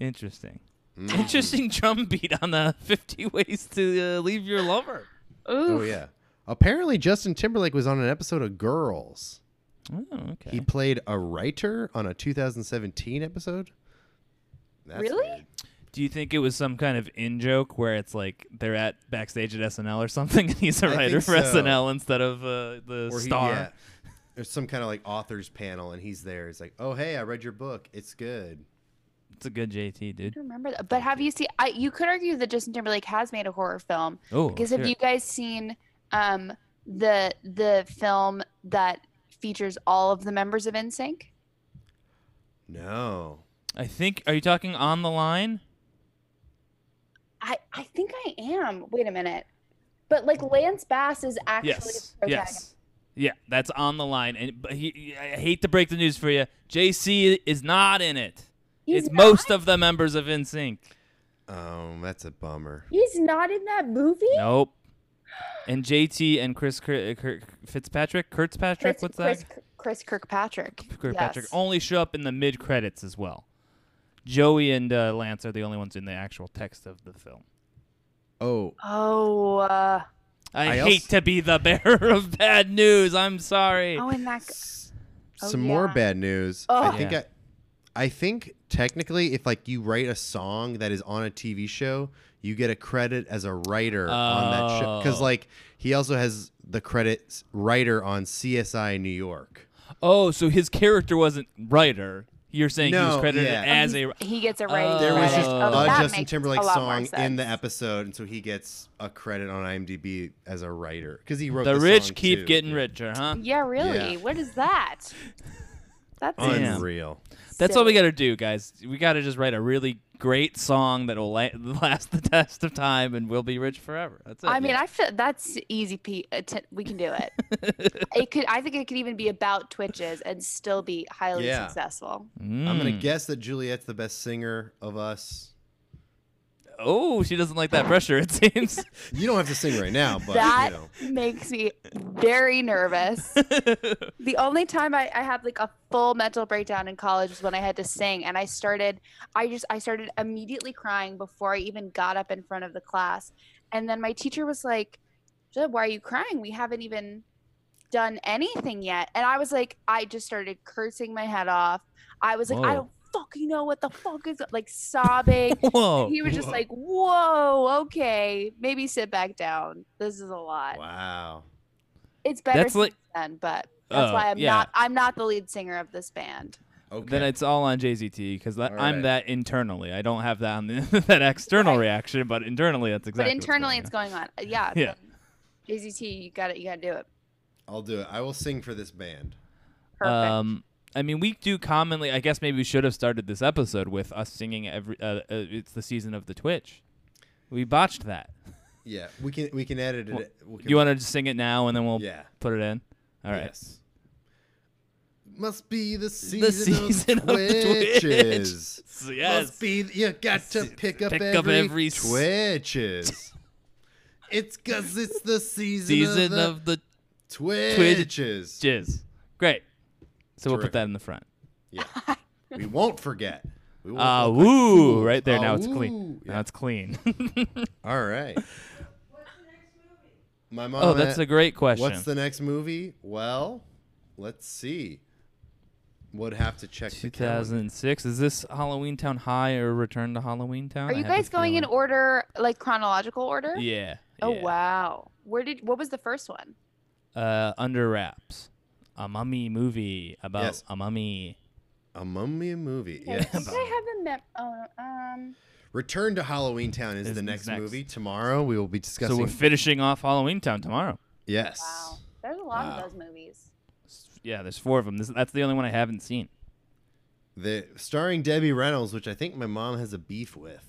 Interesting. Hmm. Interesting drum beat on the Fifty Ways to uh, Leave Your Lover. Ooh. Oh yeah. Apparently, Justin Timberlake was on an episode of Girls. Oh, okay. He played a writer on a 2017 episode. That's Really? weird. Do you think it was some kind of in joke where it's like they're at backstage at SNL or something, and he's a I writer think for so. SNL instead of uh, the Or he- star? yeah. There's some kind of like authors panel, and he's there. It's like, oh hey, I read your book. It's good. It's a good JT, dude. I remember that. But have you seen? I you could argue that Justin Timberlake has made a horror film. Oh, because have sure. you guys seen um the the film that features all of the members of NSYNC? No. I think. Are you talking on the line? I I think I am. Wait a minute. But like Lance Bass is actually Yes. the protagonist. Yes. Yeah, that's on the line. And but he, I hate to break the news for you, JC is not in it. He's it's not? most of the members of NSYNC. Um, that's a bummer. He's not in that movie. Nope. And JT and Chris Cr- Cr- Fitzpatrick, Kurtzpatrick, Chris, what's Chris, that? K- Chris Kirkpatrick. Kirkpatrick Yes. only show up in the mid credits as well. Joey and uh, Lance are the only ones in the actual text of the film. Oh, Oh. Uh, I, I hate als- to be the bearer of bad news. I'm sorry. oh, and that. s- Oh, some more yeah. bad news. Oh. I think Yeah. I, I think technically, if like you write a song that is on a TV show, you get a credit as a writer on that show. Because Oh. like he also has the credits writer on CSI New York. Oh, so his character wasn't writer. You're saying he was No, credited yeah. as a. He gets a writing Oh. There was credit. just oh, a that Justin makes Timberlake a lot more song in the sense. episode, and so he gets a credit on IMDb as a writer because he wrote The the rich song, keep too. getting richer, huh? Yeah, really. Yeah. What is that? That's Damn. Unreal. That's all we silly. gotta do, guys. We gotta just write a really great song that'll la- last the test of time, and we'll be rich forever. That's it. I mean, I feel that's easy. P- uh, t- we can do it. it could. I think it could even be about Twitches and still be highly Yeah. successful. I'm Mm. Hmm. gonna guess that Juliet's the best singer of us. Oh, she doesn't like that pressure. It seems. You don't have to sing right now, but that you know. makes me very nervous. the only time I, I had like a full mental breakdown in college was when I had to sing, and I started. I just I started immediately crying before I even got up in front of the class, and then my teacher was like, "Jeb, why are you crying? We haven't even." done anything yet and i was like i just started cursing my head off i was like Whoa. i don't fucking know what the fuck is like sobbing Oh, Whoa. he was just like, "Whoa, okay, maybe sit back down. This is a lot. Wow. It's better That's that's like- than but that's Oh, why I'm yeah. not. I'm not the lead singer of this band. Okay. Then it's all on JZT because All I'm right. that internally. I don't have that on the, that external Right. reaction, but internally that's exactly. but internally, it's going on. Yeah, Yeah. JZT, you got it. You got to do it. I'll do it. I will sing for this band. Perfect. Um, I mean, we do commonly. I guess maybe we should have started this episode with us singing every. Uh, uh, it's the season of the Twitch. We botched that. Yeah, we can we can edit it. we can, You want to just sing it now, and then we'll Yeah. put it in. All right. Yes. Must be the season, season of of, the twitches. So, yes. Must be you got to pick up pick up every, every s- twitches. it's cuz it's the season, season of the of the twitches. jizz. Great. So we'll put Terrific. that in the front. Yeah. We won't forget. We won't Uh, look like woo! fools. Right there. Now Oh, Ah, it's clean. woo. Now it's clean. All right. My mom oh, that's a great question. What's the next movie? Well, let's see. Would have to check the calendar. 2006. Is this Halloween Town High or Return to Halloween Town? Are you guys going in order, like chronological order? Yeah. Oh yeah. wow. Where did? What was the first one? Uh, Under Wraps, a mummy movie about Yes. a mummy. A mummy movie. Okay, I Yes. think I have the mem- Oh, um. Return to Halloween Town is Is the next, next. movie. Tomorrow we will be discussing. So we're finishing off Halloween Town tomorrow. yes. Wow. There's a lot Wow. of those movies. Yeah, there's four of them. This, that's the only one I haven't seen. The starring Debbie Reynolds, which I think my mom has a beef with.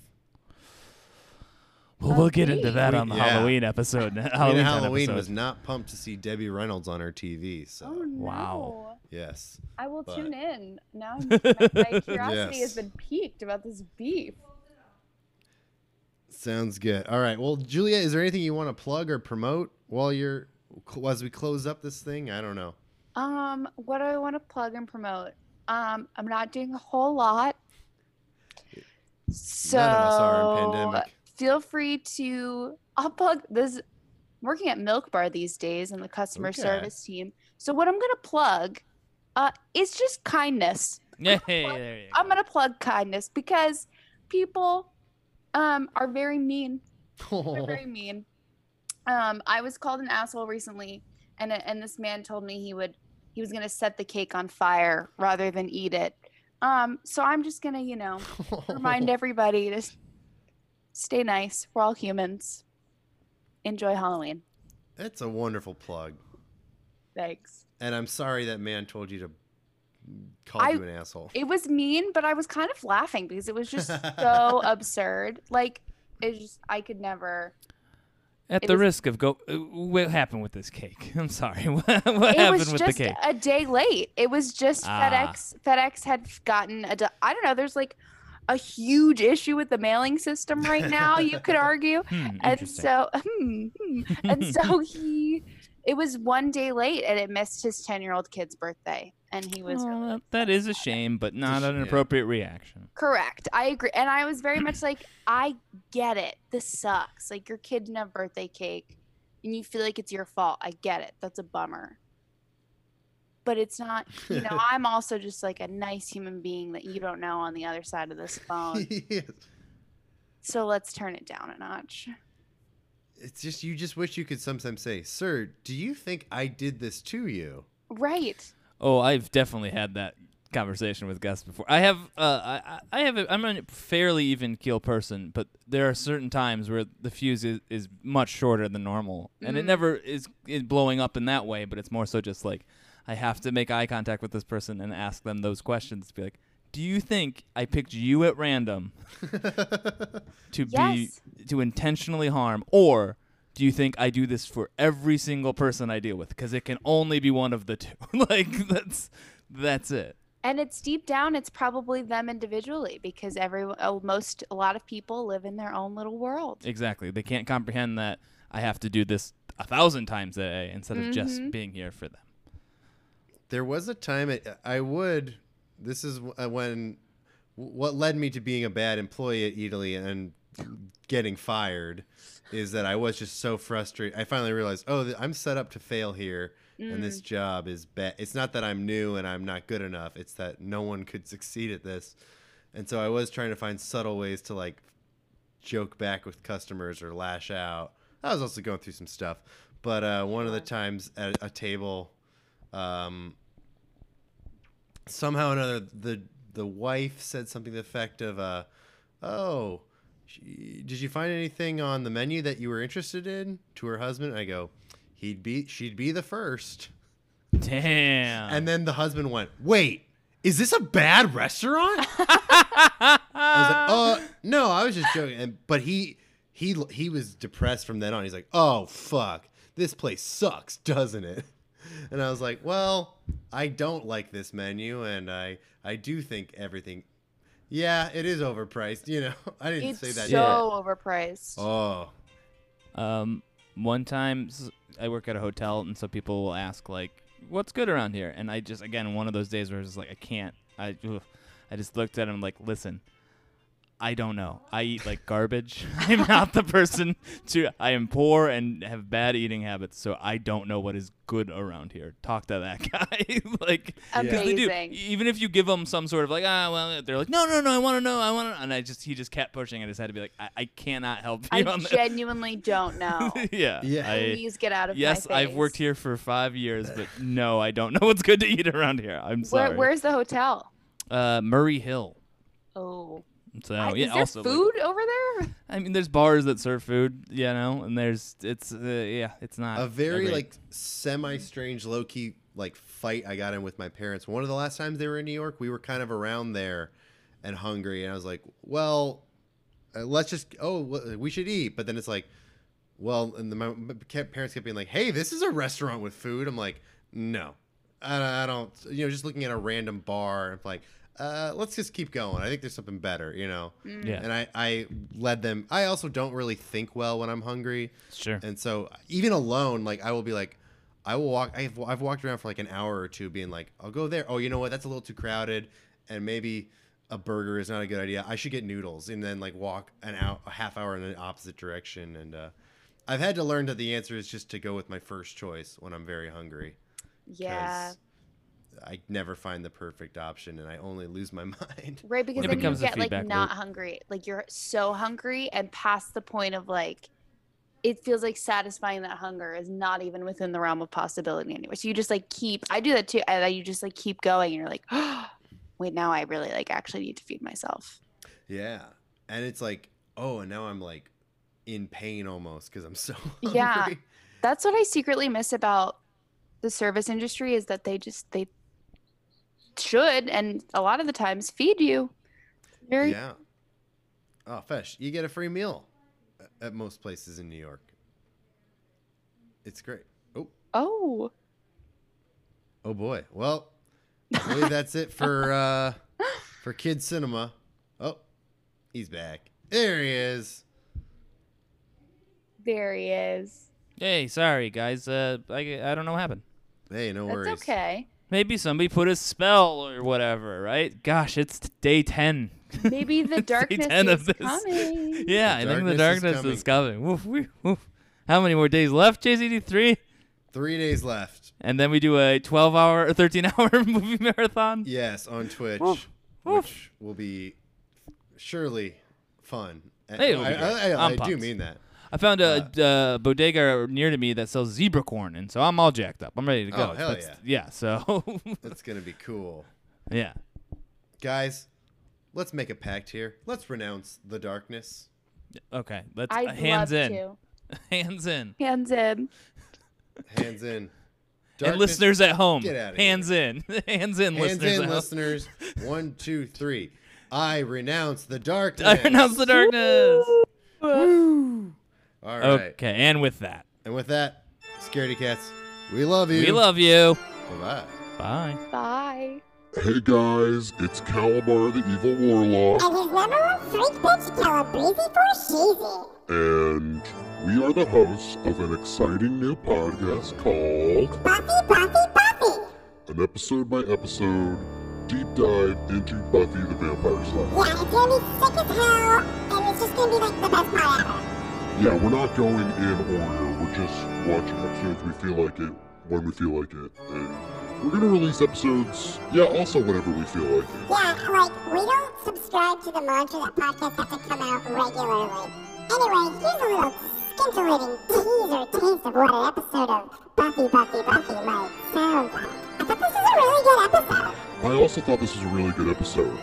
Well, we'll get into Okay. that on the Yeah. Halloween episode. Halloween, I mean, Town Halloween episode. was not pumped to see Debbie Reynolds on her TV. So Oh no. Wow. yes. I will but- tune in. Now I'm- my, my curiosity Yes. has been piqued about this beef. Sounds good. All right. Well, Julia, is there anything you want to plug or promote while you're as we close up this thing? I don't know. Um, what do I want to plug and promote? Um, I'm not doing a whole lot. So None of us are in pandemic. feel free to I'll plug this working at Milk Bar these days and the customer Okay. service team. So what I'm gonna plug uh is just kindness. Yeah, there you go. I'm gonna plug kindness because people um are very mean they're very mean. Um, I was called an asshole recently, and and this man told me he would he was gonna set the cake on fire rather than eat it. Um, so I'm just gonna you know remind everybody to s- stay nice. We're all humans. Enjoy Halloween. That's a wonderful plug. Thanks. And I'm sorry that man told you to call I- you an asshole. It was mean, but I was kind of laughing because it was just so absurd. Like it's just I could never. At It the was- risk of go, uh, what happened with this cake? I'm sorry. What, what it happened was with just the cake? a day late. It was just Ah. FedEx. FedEx had gotten a. de- I don't know. There's like a huge issue with the mailing system right now. you could argue, Hmm, and interesting. so hmm, hmm. and so he. It was one day late, and it missed his ten-year-old kid's birthday, and he was Well, really that- that is a shame, but not sh- an yeah. appropriate reaction. correct. I agree, and I was very much like, I get it. This sucks. Like your kid didn't have birthday cake, and you feel like it's your fault. I get it. That's a bummer. but it's not you know i'm also just like a nice human being that you don't know on the other side of this phone Yes. so let's turn it down a notch It's just you just wish you could sometimes say, "Sir, do you think I did this to you?" right Oh, I've definitely had that conversation with Gus before. I have, uh, I, I I have, a, I'm a fairly even keel person, but there are certain times where the fuse is, is much shorter than normal, and it Mm. never is, is blowing up in that way. But it's more so just like I have to make eye contact with this person and ask them those questions. Be like, do you think I picked you at random to Yes. be to intentionally harm, or do you think I do this for every single person I deal with? Because it can only be one of the two. like that's that's it. and it's deep down it's probably them individually because every oh, most a lot of people live in their own little world Exactly. They can't comprehend that I have to do this a thousand times a day instead of just being here for them. There was a time at, I would. This is wh- uh, when what led me to being a bad employee at Italy and getting fired is that I was just so frustrated. I finally realized, oh, th- I'm set up to fail here, and Mm. this job is bad. It's not that I'm new and I'm not good enough. It's that no one could succeed at this. And so I was trying to find subtle ways to like joke back with customers or lash out. I was also going through some stuff, but uh, one of the times at a table, um, somehow or another, the the wife said something to the effect of, uh, "Oh, sh- did you find anything on the menu that you were interested in?" To her husband, I go, "He'd be, she'd be the first. Damn. Uh-huh. And then the husband went, "Wait, is this a bad restaurant?" I was like, "Uh, no, I was just joking." And, but he he he was depressed from then on. He's like, "Oh fuck, this place sucks, doesn't it?" And I was like, "Well, I don't like this menu, and I I do think everything, yeah, it is overpriced. You know, I didn't it's say that. so yet. overpriced Oh, Um, one time s- I work at a hotel, and so people will ask like, "What's good around here?" And I just again one of those days where I was just like, I can't. I, ugh. I just looked at him like, listen. I don't know. I eat like garbage. I'm not the person to. I am poor and have bad eating habits, so I don't know what is good around here. Talk to that guy. like, 'cause they do. Amazing. Even if you give them some sort of like, ah, well, they're like, no, no, no, I want to know, I want to, and I just he just kept pushing. I just had to be like, I, I cannot help you i on this. genuinely don't know yeah. Yeah. I, please get out of my yes, I've face. worked here for five years, but no, I don't know what's good to eat around here. I'm Where, sorry. where's the hotel uh, Murray Hill. oh So I- yeah, is there also like- food over there I mean, there's bars that serve food, you know, and there's it's uh, yeah, it's not a very great- like semi strange low key like fight I got in with my parents. One of the last times they were in New York, we were kind of around there and hungry, and I was like, well, uh, let's just oh wh- we should eat, but then it's like, well, and the, my my kept- parents kept being like, hey, this is a restaurant with food. I'm like, no, I, I don't. You know, just looking at a random bar, I'm like. uh, let's just keep going. I think there's something better, you know. Yeah. And I, I led them. I also don't really think well when I'm hungry. Sure. And so even alone, like I will be like, I will walk. I've, I've walked around for like an hour or two, being like, I'll go there. Oh, you know what? That's a little too crowded, and maybe a burger is not a good idea. I should get noodles, and then like walk an hour, a half hour in the opposite direction. And uh, I've had to learn that the answer is just to go with my first choice when I'm very hungry. 'cause Yeah. I never find the perfect option, and I only lose my mind. Right, because It then you becomes a get like feedback not loop. hungry. Like you're so hungry and past the point of like it feels like satisfying that hunger is not even within the realm of possibility anymore. So you just like keep I do that too. And then you just like keep going and you're like, oh, wait, now I really like actually need to feed myself. Yeah. And it's like, oh, and now I'm like in pain almost because I'm so hungry. Yeah. That's what I secretly miss about the service industry is that they just they should and a lot of the times feed you. Very Yeah. Oh, Fesh, you get a free meal a- at most places in New York. It's great. Oh, oh oh boy. Well, I believe that's it for uh for Kid Cinema. Oh, he's back. There he is. there he is. Hey, sorry guys. Uh, I, I don't know what happened. Hey, no worries. That's okay. Maybe somebody put a spell or whatever, right? Gosh, it's t- day ten. Maybe the It's day darkness 10 is coming. yeah, I think the darkness darkness is is coming. Woof, woof, woof. How many more days left, JCD? Three, Three days left. and then we do a twelve-hour or thirteen-hour movie marathon. Yes, on Twitch, Woof, woof. which will be surely fun. And Hey, it'll I, be great. I, I- I'm I do pumped. mean that. I found a, uh, bodega near to me that sells zebra corn, and so I'm all jacked up. I'm ready to go. Oh, hell That's- Yeah. So, That's gonna be cool, yeah. guys. Let's make a pact here. Let's renounce the darkness. Okay. Let's I'd uh, hands love in. to. Hands in. Hands in. Hands in. and listeners at home, get outta hands in, hands in, hands listeners in, at home. listeners. One, two, three. I renounce the darkness. I renounce the darkness. All right. Okay, and with that, And with that, scaredy cats, we love you. we love you. Bye bye. Bye. Bye. Hey guys, it's Calabar the Evil Warlock, And his number one freak bitch, Calabrese for Sheezy. and we are the hosts of an exciting new podcast called Buffy, Buffy, Buffy. An Episode by Episode Deep Dive into Buffy the Vampire Slayer. Yeah, it's gonna be sick as hell, and it's just gonna be like the best part ever. Yeah, we're not going in order, we're just watching episodes we feel like it, when we feel like it, and we're gonna release episodes, yeah, also whenever we feel like it. Yeah, like, we don't subscribe to the mantra that podcasts have to come out regularly. Anyway, here's a little scintillating teaser taste of what an episode of Buffy, Buffy, Buffy might sound like. I thought this was a really good episode. I also thought this was a really good episode.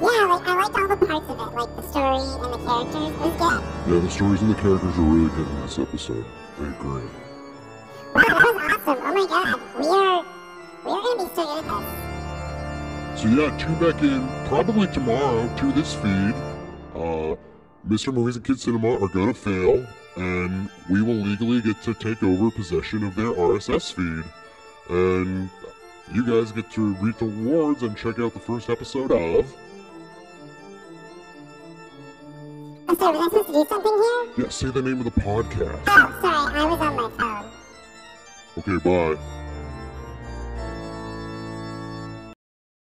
Yeah, like, I liked all the parts of it, like the story and the characters. It was good. Yeah, the stories and the characters are really good in this episode. I agree. Wow, that was awesome. Oh my god, we are, we are gonna be so good at this. So yeah, tune back in probably tomorrow to this feed. Uh, Mr. Movies and Kids Cinema are gonna fail, and we will legally get to take over possession of their RSS feed. And you guys get to read the awards and check out the first episode of I'm sorry, was I supposed to do something here? yeah. Say the name of the podcast. Oh, sorry, I was on my phone. Okay, bye.